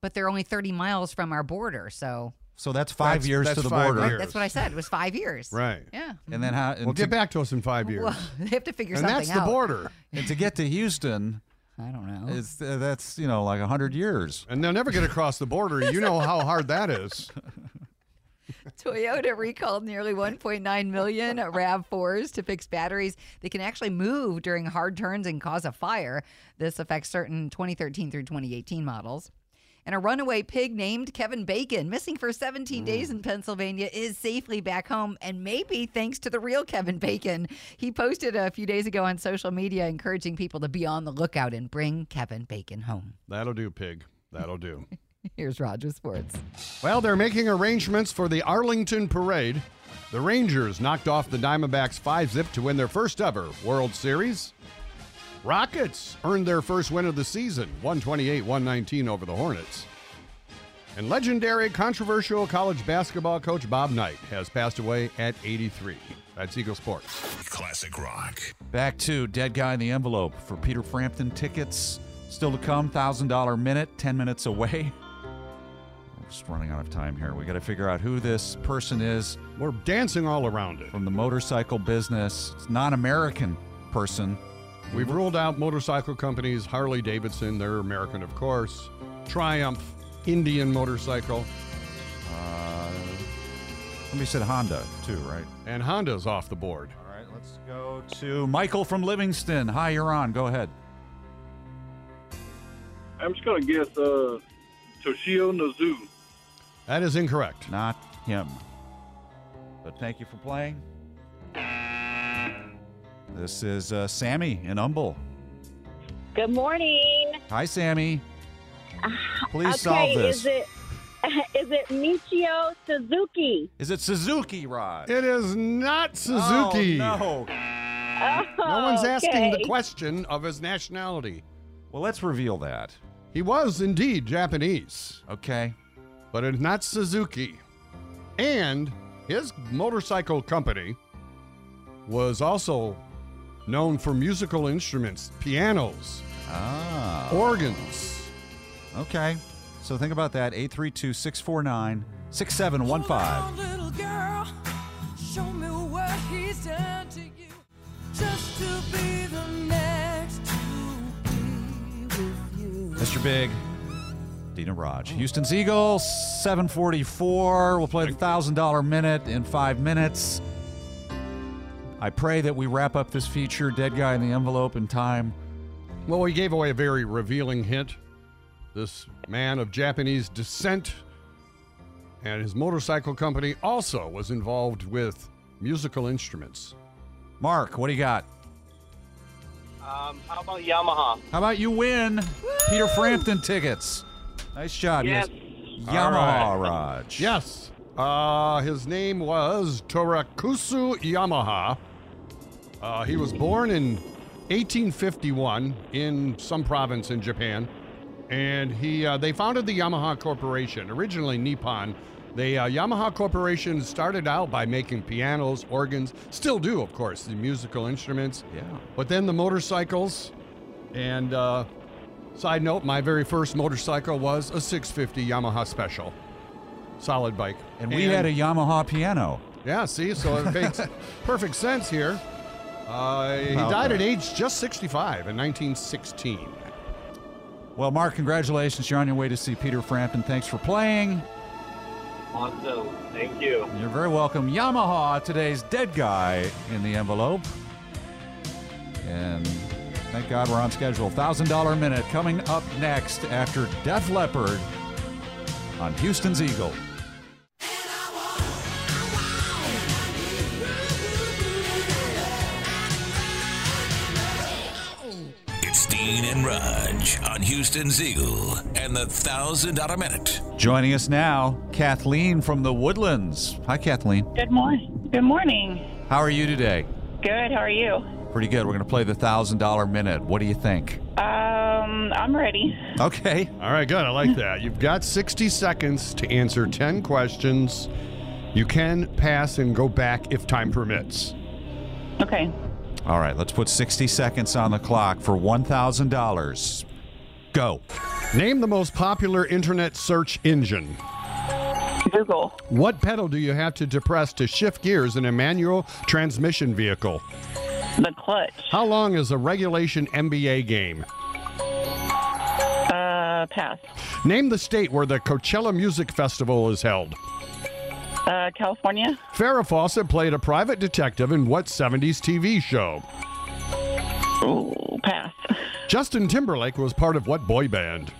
but they're only 30 miles from our border. So
So that's 5
That's-
years
that's
to the
five
border.
years.
that's what I said. It was five years.
Right.
Yeah.
And then how and
Well,
to,
get back to us in five years.
Well, they have to figure
and
something
that's
out.
the border.
and to get to Houston,
I don't know.
it's uh, that's, you know, like 100 years.
And they'll never get across the border. You know how hard that is.
Toyota recalled nearly 1.9 million RAV4s to fix batteries that can actually move during hard turns and cause a fire. This affects certain 2013 through 2018 models. And a runaway pig named Kevin Bacon, missing for 17 days in Pennsylvania, is safely back home. And maybe thanks to the real Kevin Bacon. He posted a few days ago on social media encouraging people to be on the lookout and bring Kevin Bacon home.
That'll do, pig. That'll do.
Here's Roger Sports.
Well, they're making arrangements for the Arlington Parade. The Rangers knocked off the Diamondbacks 5 zip to win their first ever World Series. Rockets earned their first win of the season, 128 119 over the Hornets. And legendary, controversial college basketball coach Bob Knight has passed away at 83. That's Eagle Sports.
Classic rock.
Back to Dead Guy in the Envelope for Peter Frampton tickets. Still to come, $1,000 minute, 10 minutes away. We're just running out of time here. We got to figure out who this person is.
We're dancing all around it.
From the motorcycle business, it's non American person.
We've ruled out motorcycle companies, Harley Davidson, they're American, of course, Triumph, Indian motorcycle,
Uh, somebody said Honda, too, right?
and Honda's off the board.
All right, let's go to Michael from Livingston. Hi, you're on. Go ahead.
I'm just gonna guess uh, Toshio Nozu.
That is incorrect.
Not him. But thank you for playing. This is uh, Sammy in Humble.
Good morning.
Hi, Sammy. Please
okay,
solve this.
Is it is it Michio Suzuki?
Is it Suzuki, Rod?
It is not Suzuki.
Oh, no.
No one's asking the
Okay.
question of his nationality.
Well, let's reveal that.
He was indeed Japanese,
Okay.
but it's not Suzuki. And his motorcycle company was also known for musical instruments, pianos,
Ah.
organs.
Okay. So think about that. 832 649 6715.
Little girl, show me what he's done to you. Just to be the next to be with you.
Mr. Big, Dina Raj. Houston's Eagles, 744. We'll play the $1,000 minute in five minutes. I pray that we wrap up this feature, Dead Guy in the Envelope, in time.
Well, we gave away a very revealing hint. This man of Japanese descent and his motorcycle company also was involved with musical instruments.
Mark, what do you got?
Um, how about Yamaha?
How about you win Peter Frampton tickets? Nice shot.
Yes.
Yamaha Raj.
Yes. Uh, his name was Torakusu Yamaha. Uh, he was born in 1851 in some province in Japan, and he uh, they founded the Yamaha Corporation. Originally Nippon, the uh, Yamaha Corporation started out by making pianos, organs, still do of course, the musical instruments.
Yeah.
But then the motorcycles, and uh, side note, my very first motorcycle was a 650 Yamaha Special, solid bike.
And we had a Yamaha piano.
yeah. See, so it makes perfect sense here. Uh, he
About
died at
that.
age just 65 in 1916.
Well, Mark, congratulations. You're on your way to see Peter Frampton. Thanks for playing.
Awesome. Thank you.
You're very welcome. Yamaha, today's dead guy in the envelope. And thank God we're on schedule. $1,000 minute coming up next after Def Leppard on Houston's Eagle.
It's Dean and Raj on Houston's Eagle and the $1,000 minute.
Joining us now, Kathleen from the Woodlands. Hi, Kathleen.
Good morning. Good morning.
How are you today?
Good. How are you?
Pretty good. We're going to play the $1,000 minute. What do you think?
Um, I'm ready.
Okay.
All right, good. I like that. You've got 60 seconds to answer 10 questions. You can pass and go back if time permits.
Okay.
All right, let's put 60 seconds on the clock for $1,000. Go.
Name the most popular internet search engine.
Google.
What pedal do you have to depress to shift gears in a manual transmission vehicle?
The clutch.
How long is a regulation NBA game?
Uh, pass.
Name the state where the Coachella Music Festival is held.
Uh, California.
Farrah Fawcett played a private detective in what 70s TV show?
Ooh, pass.
Justin Timberlake was part of what boy band?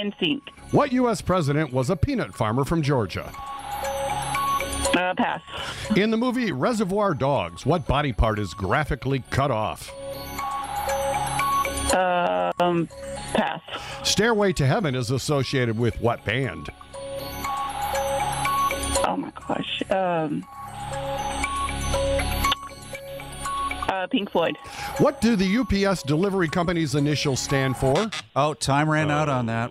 In sync.
What U.S. president was a peanut farmer from Georgia?
Uh, pass.
In the movie Reservoir Dogs, what body part is graphically cut off?
Um, pass.
Stairway to Heaven is associated with what band?
Oh my gosh. Um, uh, Pink Floyd.
What do the UPS delivery company's initials stand for?
Oh, time ran out on that.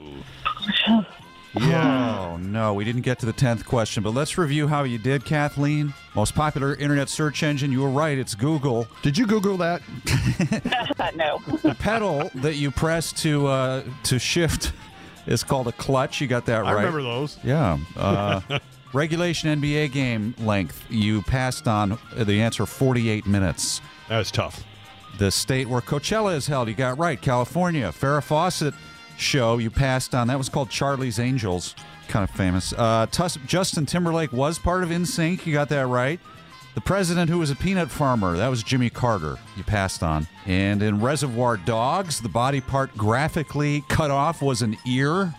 Yeah. Oh, no, we didn't get to the 10th question, but let's review how you did, Kathleen. Most popular internet search engine, you were right, it's Google.
Did you Google that?
no.
The pedal that you press to uh, to shift is called a clutch. You got that right.
I remember those.
Yeah. Uh, regulation NBA game length, you passed on the answer 48 minutes.
That was tough.
The state where Coachella is held, you got right, California. Farrah Fawcett show you passed on. That was called Charlie's Angels, kind of famous. Uh, Tus- Justin Timberlake was part of InSync. You got that right. The president who was a peanut farmer, that was Jimmy Carter. You passed on. And in Reservoir Dogs, the body part graphically cut off was an ear.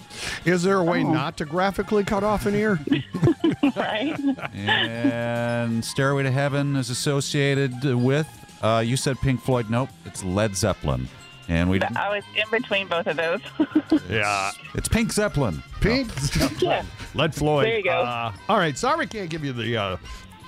Is there a way not to graphically cut off an ear?
right?
and Stairway to Heaven is associated with, uh, you said Pink Floyd. Nope, it's Led Zeppelin. And we
Mm-hmm.
didn't.
I was in between both of those.
Yeah.
It's Pink Zeppelin.
Pink.
yeah.
Led Floyd.
There you go.
Uh,
all right, sorry we can't give you the uh,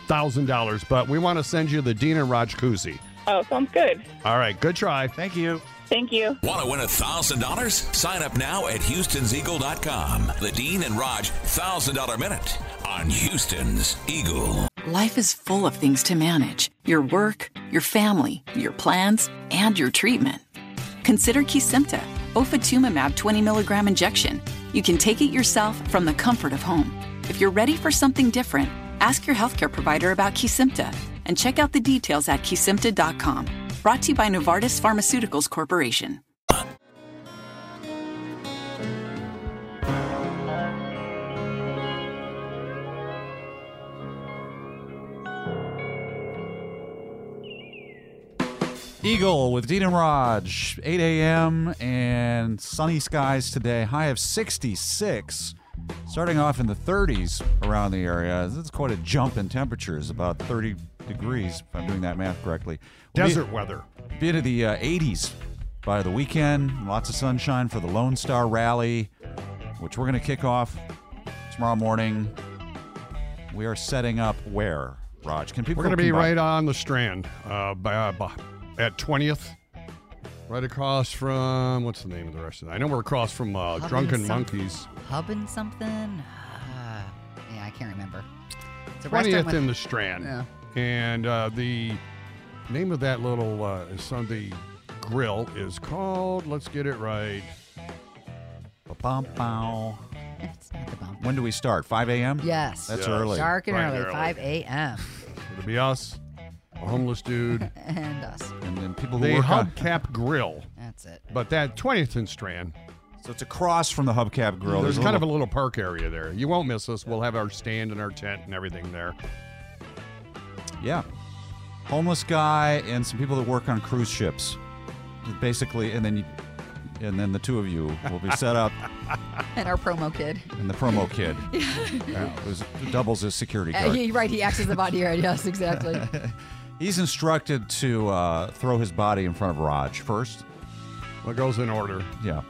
$1,000, but we want to send you the Dean and Raj koozie.
Oh, sounds good.
All right, good try.
Thank you.
Thank you.
Want to win $1,000? Sign up now at Houston'sEagle.com. The Dean and Raj $1,000 Minute on Houston's Eagle.
Life is full of things to manage your work, your family, your plans, and your treatment. Consider Kesimpta, ofatumumab 20 milligram injection. You can take it yourself from the comfort of home. If you're ready for something different, ask your healthcare provider about Kesimpta and check out the details at kesimpta.com. Brought to you by Novartis Pharmaceuticals Corporation.
Eagle with Dean and Raj, 8 a.m. and sunny skies today. High of 66, starting off in the 30s around the area. That's quite a jump in temperatures, about 30 degrees, if I'm doing that math correctly. We'll be-
Desert weather.
Bit of the uh, 80s by the weekend. Lots of sunshine for the Lone Star Rally, which we're going to kick off tomorrow morning. We are setting up where, Raj? Can people
We're going to be
come by-
right on the Strand uh, by, uh, by- at 20th, right across from, what's the name of the restaurant? I know we're across from uh,
Hubbin'
Drunken
some-
Monkeys.
Hubbin' something? Uh, yeah, I can't remember. It's a restaurant
20th
with-
in the Strand.
Yeah.
And uh, the name of that little uh, Sunday grill is called, let's get it right.
Ba-bum, bow.
It's not the bump.
When do we start? 5 a.m.?
Yes.
That's early.
Dark and
Bright
early,
and early.
5 a.m.
It'll be us, a homeless dude,
and us.
And then people who
the
work on-
Hubcap Grill.
That's it.
But that 20th and Strand,
So it's across from the Hubcap Grill.
there's,
a
kind of a
little-
little park area there. You won't miss us. We'll have our stand and our tent and everything there.
yeah, homeless guy and some people that work on cruise ships, basically, and then you, and then the two of you will be set up,
And our promo kid.
and the promo kid who's- who doubles as security
Uh,
guard.
he, right, he acts as the bodyguard. Yes, exactly.
He's instructed to uh, throw his body in front of Raj first.
What goes in order?
Yeah,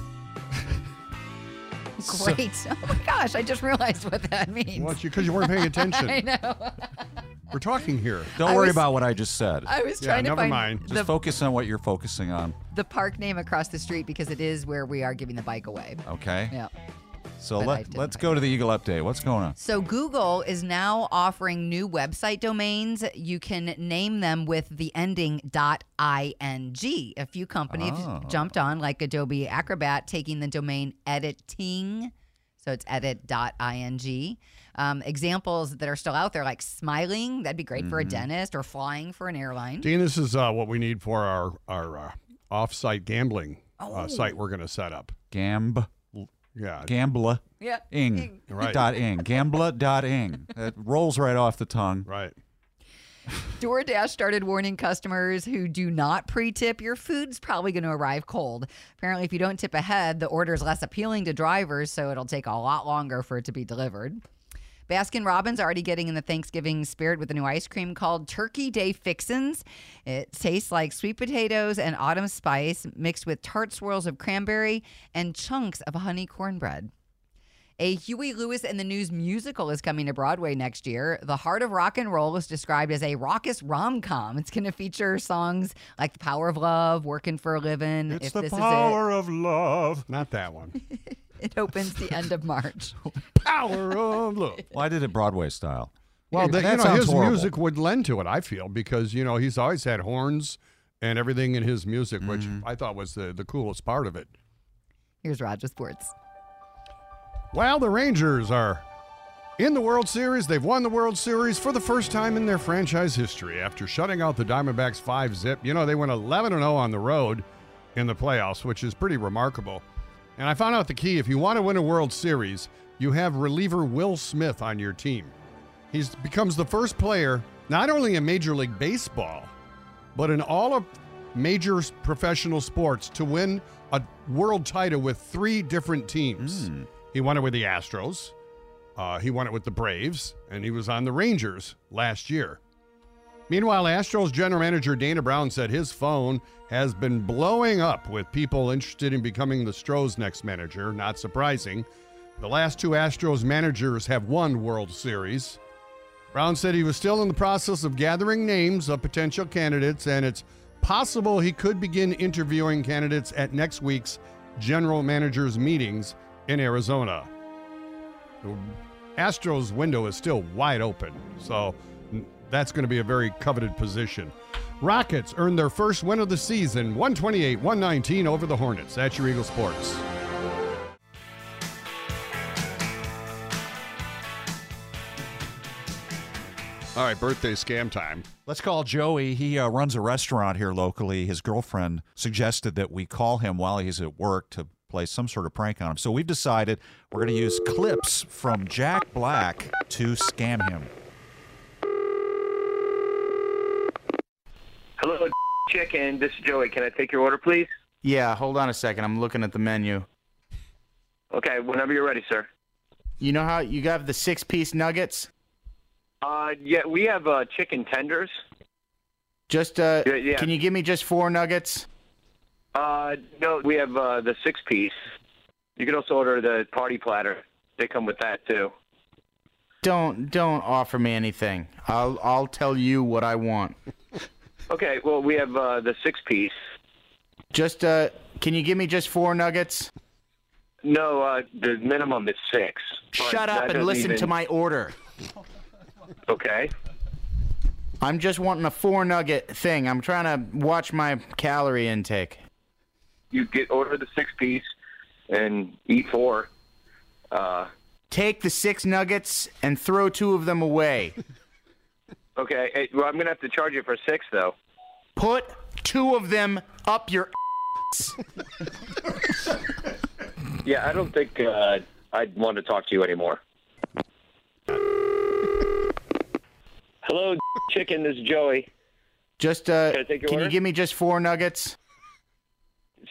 Great. oh my gosh, I just realized what that means.
Because you, 'cause you weren't paying
I
attention.
know.
We're talking here.
don't
I
worry
was-
about what I just said.
I was
Yeah,
trying to
never
find
mind.
Just
the,
focus on what you're focusing on.
the park name across the street because it is where we are giving the bike away.
Okay.
Yeah.
So
But I
let
didn't
let's go to the Eagle update. What's going on?
So Google is now offering new website domains. You can name them with the ending .ing. A few companies
Oh.
jumped on, like Adobe Acrobat, taking the domain editing. So it's edit.ing. Um, examples that are still out there, like smiling, that'd be great for a dentist, or flying for an airline.
Dean, this is uh, what we need for our our uh, off-site gambling
Oh.
uh, site we're going to set up.
Gamb
Yeah,
gambla.
yeah.
ing
Right.
dot ing gambla dot ing that rolls right off the tongue
right.
DoorDash started warning customers who do not pre tip, your food's probably going to arrive cold. Apparently, if you don't tip ahead, the order is less appealing to drivers, so it'll take a lot longer for it to be delivered. Baskin Robbins already getting in the Thanksgiving spirit with a new ice cream called Turkey Day Fixins. It tastes like sweet potatoes and autumn spice mixed with tart swirls of cranberry and chunks of honey cornbread. A Huey Lewis and the News musical is coming to Broadway next year. The Heart of Rock and Roll is described as a raucous rom com. It's going to feature songs like The Power of Love, Working for a Living.
It's
If
the
This Is It.
power of love. Not that one.
It opens the end of March.
Power of love.
Well, I did it Broadway style.
Well, the,
that
you know,
sounds
his
horrible.
music would lend to it, I feel, because, you know, he's always had horns and everything in his music, which
Mm-hmm.
I thought was the, the coolest part of it.
Here's Roger Sports.
Well, the Rangers are in the World Series. They've won the World Series for the first time in their franchise history after shutting out the Diamondbacks 5 zip. You know, they went 11 0 on the road in the playoffs, which is pretty remarkable. And I found out the key if you want to win a World Series, you have reliever Will Smith on your team. He becomes the first player, not only in Major League Baseball, but in all of major s- professional sports to win a world title with three different teams. He won it with the Astros, uh, he won it with the Braves, and he was on the Rangers last year. Meanwhile, Astros general manager Dana Brown said his phone has been blowing up with people interested in becoming the Stros' next manager. Not surprising. The last two Astros managers have won World Series. Brown said he was still in the process of gathering names of potential candidates, and it's possible he could begin interviewing candidates at next week's general managers' meetings in Arizona. The Astros window is still wide open, so n- that's going to be a very coveted position. Rockets earned their first win of the season, 128 119 over the Hornets. That's your Eagle Sports. All right, birthday scam time.
Let's call Joey. He uh, runs a restaurant here locally. His girlfriend suggested that we call him while he's at work to play some sort of prank on him. So we've decided we're going to use clips from Jack Black to scam him.
Hello, chicken. This is Joey. Can I take your order, please?
Yeah, hold on a second. I'm looking at the menu.
Okay, whenever you're ready, sir.
You know how you have the six piece nuggets?
Uh, yeah, we have uh, chicken tenders.
Just uh
Yeah, yeah.
can you give me just four nuggets?
Uh, no, we have uh, the six piece. You can also order the party platter. They come with that too.
Don't don't offer me anything. I'll I'll tell you what I want.
Okay, well we have uh, the six piece.
Just uh can you give me just four nuggets?
No, uh, the minimum is six. but
Shut
that
up and
doesn't
listen to
even-
my order.
Okay.
I'm just wanting a four nugget thing. I'm trying to watch my calorie intake.
You get order the six piece and eat four. Uh,
Take the six nuggets and throw two of them away.
okay. eh, well, I'm gonna have to charge you for six though.
Put two of them up your
Yeah, I don't think uh, I'd want to talk to you anymore. Hello, chicken. This is Joey.
Just uh,
Can I take your
can you
order?
give me just four nuggets?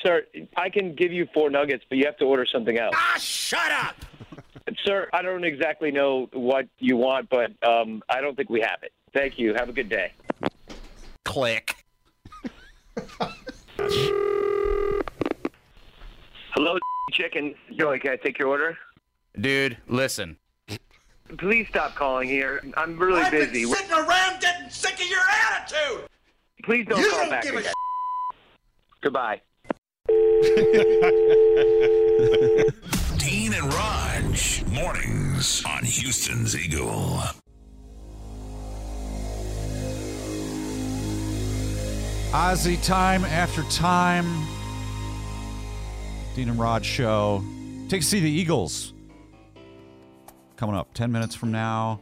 Sir, I can give you four nuggets, but you have to order something else.
Ah, shut up!
Sir, I don't exactly know what you want, but um, I don't think we have it. Thank you. Have a good day.
Click.
Hello, chicken. Joey, can I take your order?
Dude, listen.
Please stop calling here. I'm really busy.
around getting sick of your attitude.
Please don't
You
call
don't
back.
give a
again. Goodbye.
Dean and Raj, mornings on Houston's Eagle.
Ozzy time after time. Dean and Rod show. Take a see the Eagles. Coming up 10 minutes from now.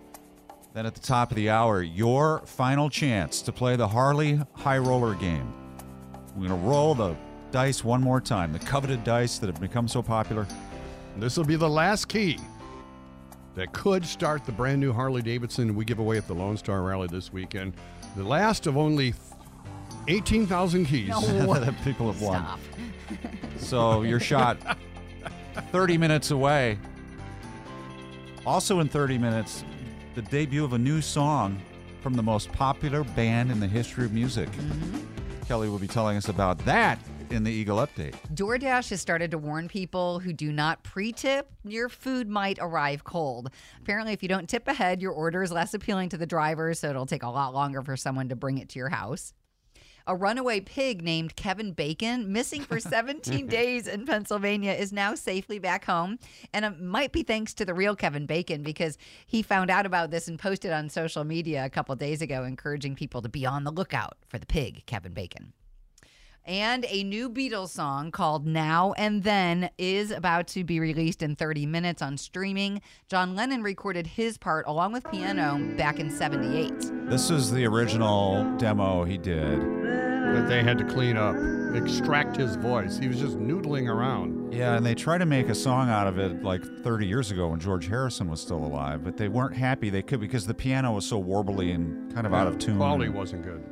Then at the top of the hour, your final chance to play the Harley High Roller game. We're going to roll the dice one more time, the coveted dice that have become so popular.
This will be the last key that could start the brand new Harley Davidson we give away at the Lone Star Rally this weekend. The last of only 18,000 keys
No. That people have won. Stop. So your shot 30 minutes away. Also in 30 minutes, the debut of a new song from the most popular band in the history of music. Kelly will be telling us about that in the Eagle Update.
DoorDash has started to warn people who do not pre tip, your food might arrive cold. Apparently, if you don't tip ahead, your order is less appealing to the driver, so it'll take a lot longer for someone to bring it to your house. A runaway pig named Kevin Bacon, missing for 17 days in Pennsylvania, is now safely back home. And it might be thanks to the real Kevin Bacon because he found out about this and posted on social media a couple days ago, encouraging people to be on the lookout for the pig, Kevin Bacon. And a new Beatles song called Now and Then is about to be released in 30 minutes on streaming. John Lennon recorded his part along with piano back in 78.
This is the original demo he did.
That they had to clean up, extract his voice. He was just noodling around.
Yeah, and they tried to make a song out of it like 30 years ago when George Harrison was still alive, but they weren't happy they could because the piano was so warbly and kind of out of tune.
Quality wasn't good.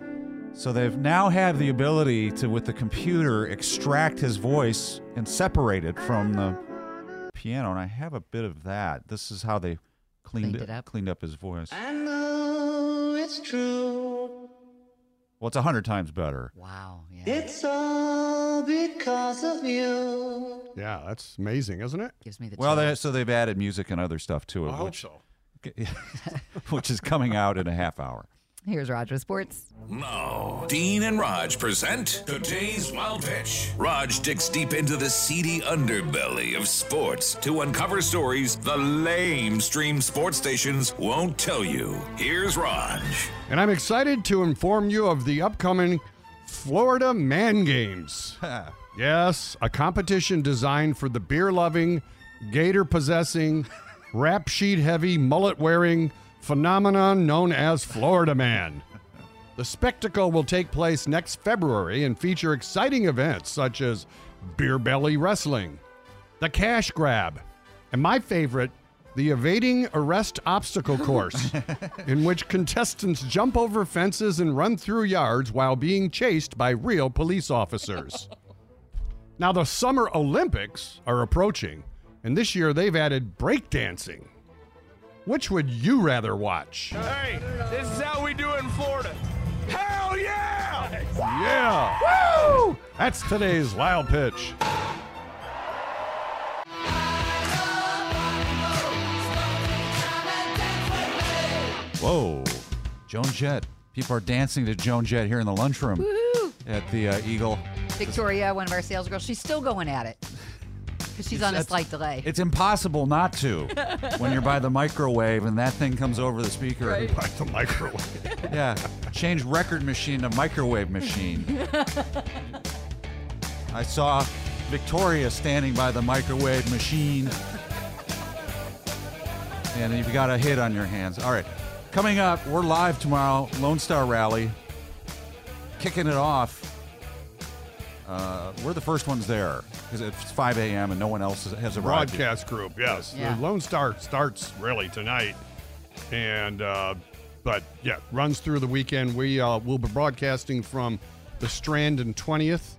So they've now have the ability to, with the computer, extract his voice and separate it from the piano. And I have a bit of that. This is how they cleaned, it up. cleaned up his voice.
I know it's true.
Well, it's a hundred times better.
Wow.
It's all because of you.
Yeah, that's amazing, isn't it? Oh.
Gives me the
Well, they, so they've added music and other stuff to it,
I hope
which,
so.
which is coming out in a half hour.
Here's Roger Sports.
Now, Dean and Raj present today's Wild Pitch. Raj digs deep into the seedy underbelly of sports to uncover stories the lame stream sports stations won't tell you. Here's Raj.
And I'm excited to inform you of the upcoming Florida Man Games. yes, a competition designed for the beer loving, gator possessing, rap sheet heavy, mullet wearing phenomenon known as Florida Man. The spectacle will take place next February and feature exciting events such as beer belly wrestling, the cash grab, and my favorite, the evading arrest obstacle course, in which contestants jump over fences and run through yards while being chased by real police officers. Now, the Summer Olympics are approaching, and this year they've added breakdancing. Which would you rather watch?
Hey, this is how we do it in Florida. Hell yeah!
Yeah! Woo! That's today's Wild Pitch.
Whoa. Joan Jett. People are dancing to Joan Jett here in the lunchroom at the uh, Eagle.
Victoria, one of our sales girls, she's still going at it because she's on a
That's-
slight delay.
It's impossible not to when you're by the microwave and that thing comes over the speaker.
Right. By
the microwave.
yeah. Change record machine to microwave machine. I saw Victoria standing by the microwave machine. And you've got a hit on your hands. All right. Coming up, we're live tomorrow, Lone Star Rally. Kicking it off. Uh, we're the first ones there because it's 5 a.m. and no one else has- has arrived. yet.
Broadcast group, yes.
Yeah.
The Lone Star starts really tonight, and uh, but yeah, runs through the weekend. We uh, will be broadcasting from the Strand and Twentieth,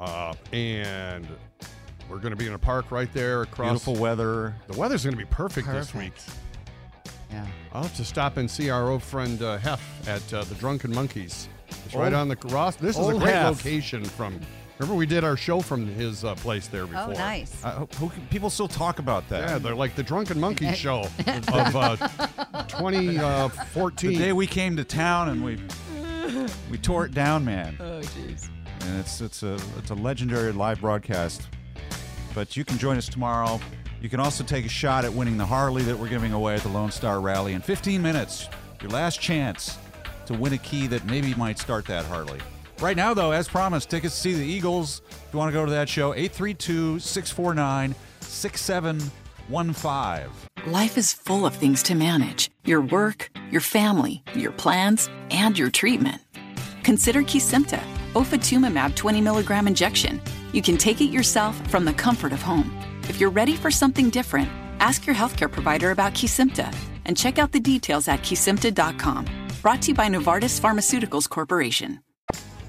uh, and we're going to be in a park right there across.
Beautiful weather.
The weather's going to be perfect, this week.
Yeah.
I'll have to stop and see our old friend uh, Hef at uh, the Drunken Monkeys. It's right
Old-
on the Ross. This is a
Old
great
Hef.
location from. Remember, we did our show from his uh, place there before.
nice.
I hope- Uh, who can- people still talk about that.
Yeah, they're like the Drunken Monkey Show of uh, 2014.
The day we came to town and we we tore it down, man.
Oh, jeez.
And it's it's a it's a legendary live broadcast. But you can join us tomorrow. You can also take a shot at winning the Harley that we're giving away at the Lone Star Rally in 15 minutes. Your last chance to win a key that maybe might start that Harley. Right now, though, as promised, tickets to see the Eagles. If you want to go to that show, 832 649 6715.
Life is full of things to manage your work, your family, your plans, and your treatment. Consider Kesimpta, ofatumumab 20 milligram injection. You can take it yourself from the comfort of home. If you're ready for something different, ask your healthcare provider about Kesimpta and check out the details at kesimpta.com. Brought to you by Novartis Pharmaceuticals Corporation.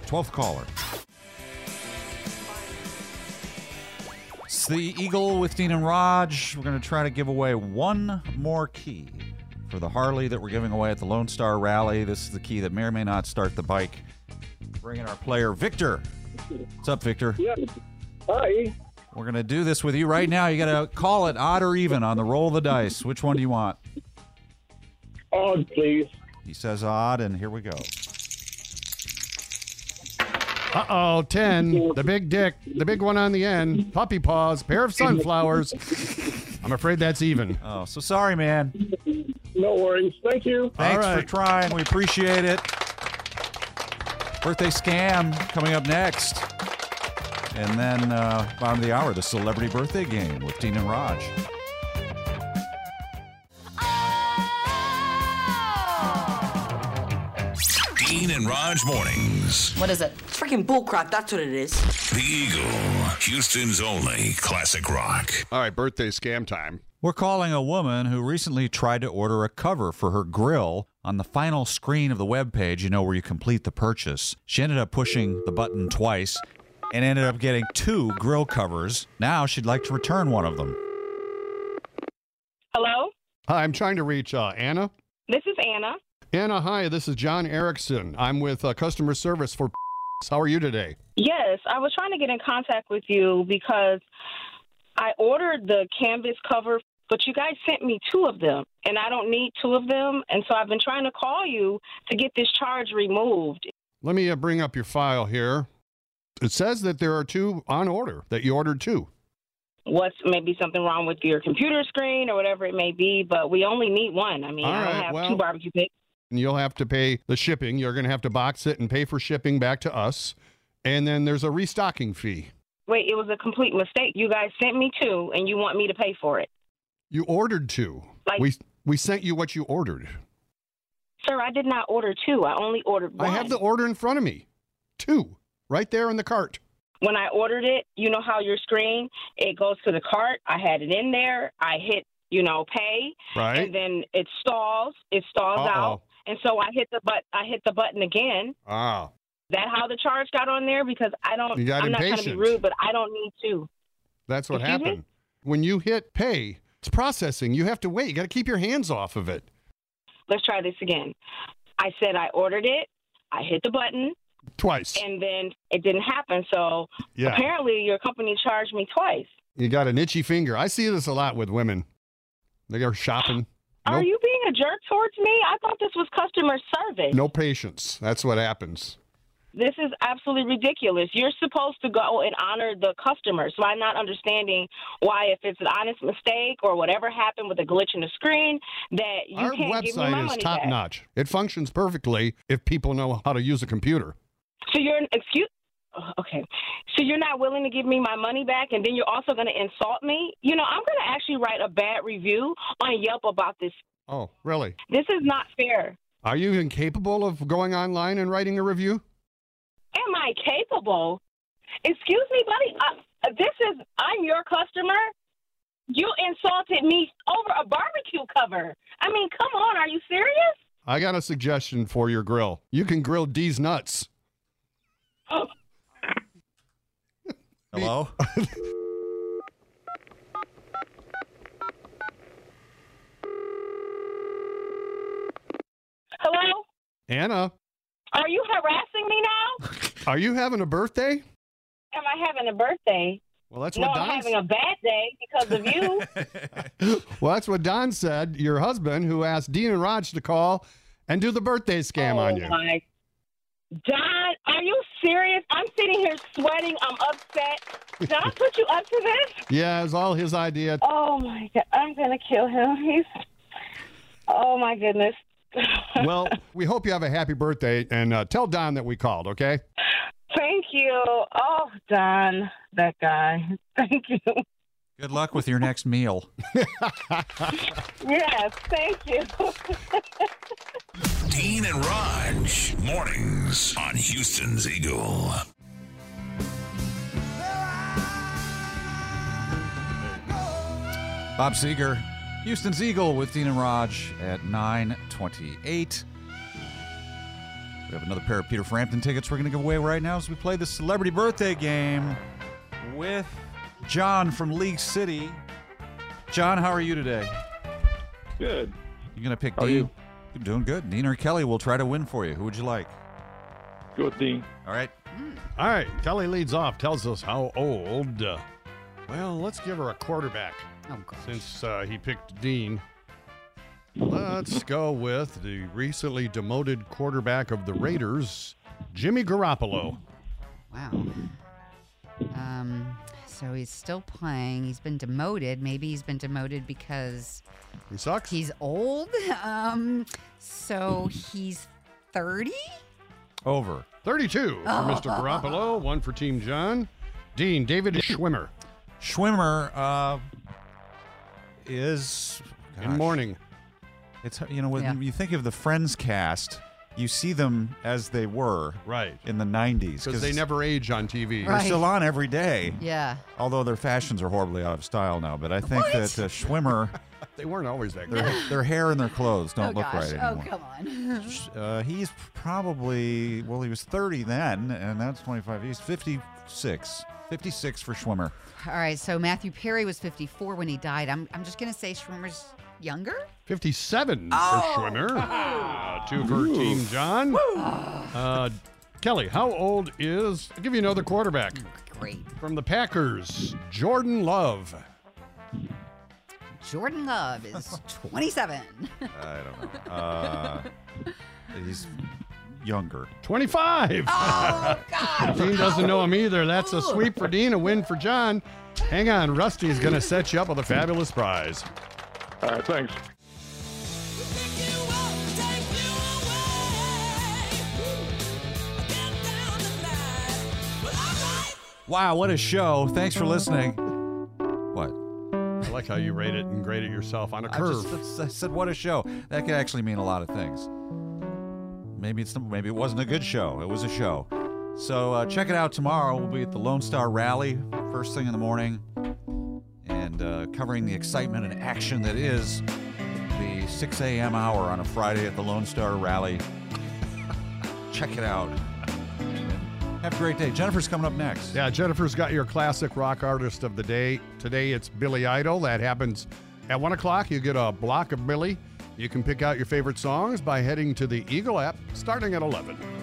12th caller. It's the Eagle with Dean and Raj. We're going to try to give away one more key for the Harley that we're giving away at the Lone Star Rally. This is the key that may or may not start the bike. Bringing our player Victor What's up, Victor?
Yeah. Hi.
We're gonna do this with you right now. You gotta call it odd or even on the roll of the dice. Which one do you want?
Odd, please.
He says odd, and here we go.
Uh oh, 10. The big dick, the big one on the end, puppy paws, pair of sunflowers. I'm afraid that's even.
Oh, so sorry, man.
No worries. Thank you.
Thanks for trying. We appreciate it. Birthday scam coming up next. And then uh, bottom of the hour, the celebrity birthday game with Dean and Raj.
Dean and Raj mornings.
What is it? It's freaking bullcrap. That's what it is.
The Eagle, Houston's only classic rock.
All right, birthday scam time.
We're calling a woman who recently tried to order a cover for her grill on the final screen of the webpage, you know, where you complete the purchase. She ended up pushing the button twice and ended up getting two grill covers. Now she'd like to return one of them.
Hello,
Hi, I'm trying to reach uh, Anna.
this is Anna.
Anna, hi, this is John Erickson. I'm with uh, customer service for. How are you today?
Yes, I was trying to get in contact with you because I ordered the canvas cover, but you guys sent me two of them, and I don't need two of them. And so I've been trying to call you to get this charge removed.
Let me uh, bring up your file here. It says that there are two on order, that you ordered two.
What's maybe something wrong with your computer screen or whatever it may be, but we only need one. I mean,
All
I don't
right,
have
well-
two barbecue pits.
And you'll have to pay the shipping. You're going to have to box it and pay for shipping back to us. And then there's a restocking fee.
Wait, it was a complete mistake. You guys sent me two, and you want me to pay for it.
You ordered two.
Like-
we, we sent you what you ordered.
Sir, I did not order two. I only ordered one.
I have the order in front of me. Two, right there in the cart.
when I ordered it, you know how your screen it goes to the cart. I had it in there. I hit you know pay,
Right.
and then it stalls. It stalls
Uh-oh.
out, and so I hit the but I hit the button again.
Ah.
That how the charge got on there because I don't.
You got
I'm not trying to
impatient.
be rude, but I don't need to.
That's what
Excuse me?
happened. When you hit pay, it's processing. You have to wait. You got to keep your hands off of it.
Let's try this again. I said I ordered it. I hit the button,
Twice.
and then it didn't happen. So
Yeah.
apparently, your company charged me twice.
You got an itchy finger. I see this a lot with women. They are shopping.
Are
Nope.
you being a jerk towards me? I thought this was customer service.
No patience. That's what happens.
This is absolutely ridiculous. You're supposed to go and honor the customer. So I'm not understanding why, if it's an honest mistake or whatever happened with a glitch in the screen, that you
Our
can't give me my
website
money
is top
back.
notch. It functions perfectly if people know how to use a computer.
So you're an excuse. oh, Okay, so you're not willing to give me my money back, and then you're also going to insult me. You know, I'm going to actually write a bad review on Yelp about this.
Oh, really?
This is not fair.
Are you incapable of going online and writing a review?
Am I capable? Excuse me, buddy. Uh, this is I'm your customer. You insulted me over a barbecue cover. I mean, come on. Are you serious?
I got a suggestion for your grill. You can grill D's nuts.
Hello?
Hello?
Anna,
Are you harassing me now?
are you having a birthday?
Am I having a birthday?
Well, that's
no,
what
I'm
Don
having a bad day because of you.
Well, that's what Don said, your husband, who asked Dean and Raj to call and do the birthday scam on you.
my. Don, are you serious? I'm sitting here sweating. I'm upset. Did I put you up to this?
Yeah, it was all his idea.
Oh my god, I'm gonna kill him. He's. Oh my goodness.
Well, we hope you have a happy birthday and uh, tell Don that we called, okay?
Thank you. Oh, Don, that guy. Thank you.
Good luck with your next meal.
Yes, thank you.
Dean and Raj mornings on Houston's Eagle.
Bob Seeger, Houston's Eagle with Dean and Raj at 928. We have another pair of Peter Frampton tickets we're going to give away right now as we play the celebrity birthday game with John from League City. John, how are you today?
Good.
You're going to pick
How are
Dean.
you?
You're doing good. Dean or Kelly will try to win for you. Who would you like?
Go with Dean.
All right.
All right, Kelly leads off, tells us how old. Uh, well, let's give her a quarterback. Since uh, he picked Dean, let's go with the recently demoted quarterback of the Raiders, Jimmy Garoppolo.
Wow. Um, so he's still playing. He's been demoted. Maybe he's been demoted because
he sucks.
He's old. Um, so he's thirty.
Over. 32 for Mr. Garoppolo, one for Team John. Dean, David Schwimmer.
Schwimmer uh, is
in mourning.
It's you know when you think of the Friends cast, you see them as they were
right
in the '90s
Because they never age on TV.
They're still on every day.
Yeah.
Although their fashions are horribly out of style now, but I think
What?
that uh, Schwimmer,
They weren't always that
their,
good.
their hair and their clothes don't
oh
look
gosh.
right
oh
anymore.
come on.
Uh, he's probably well, he was 30 then, and that's 25. He's 56. 56 for Schwimmer.
All right. So Matthew Perry was fifty-four when he died. I'm I'm just gonna say Schwimmer's younger.
57
Oh.
for Schwimmer. Uh, two for Team John. Uh, Kelly, how old is, I'll give you another quarterback.
Great.
From the Packers, Jordan Love.
Jordan Love is twenty-seven.
I don't know. Uh, he's younger.
25.
Oh, God.
Dean doesn't know him either. That's a sweep for Dean, a win for John. Hang on, Rusty's going to set you up with a fabulous prize.
All right, thanks.
Wow, what a show. Thanks for listening. What?
I like how you rate it and grade it yourself on a
I
curve.
just- I said, what a show. That could actually mean a lot of things. Maybe it's maybe it wasn't a good show. It was a show. So uh, check it out tomorrow. We'll be at the Lone Star Rally first thing in the morning, and uh, covering the excitement and action that is the 6 a.m. hour on a Friday at the Lone Star Rally. check it out. Have a great day. Jennifer's coming up next.
Yeah, Jennifer's got your classic rock artist of the day. Today it's Billy Idol. That happens at 1 o'clock. You get a block of Billy. You can pick out your favorite songs by heading to the Eagle app starting at 11.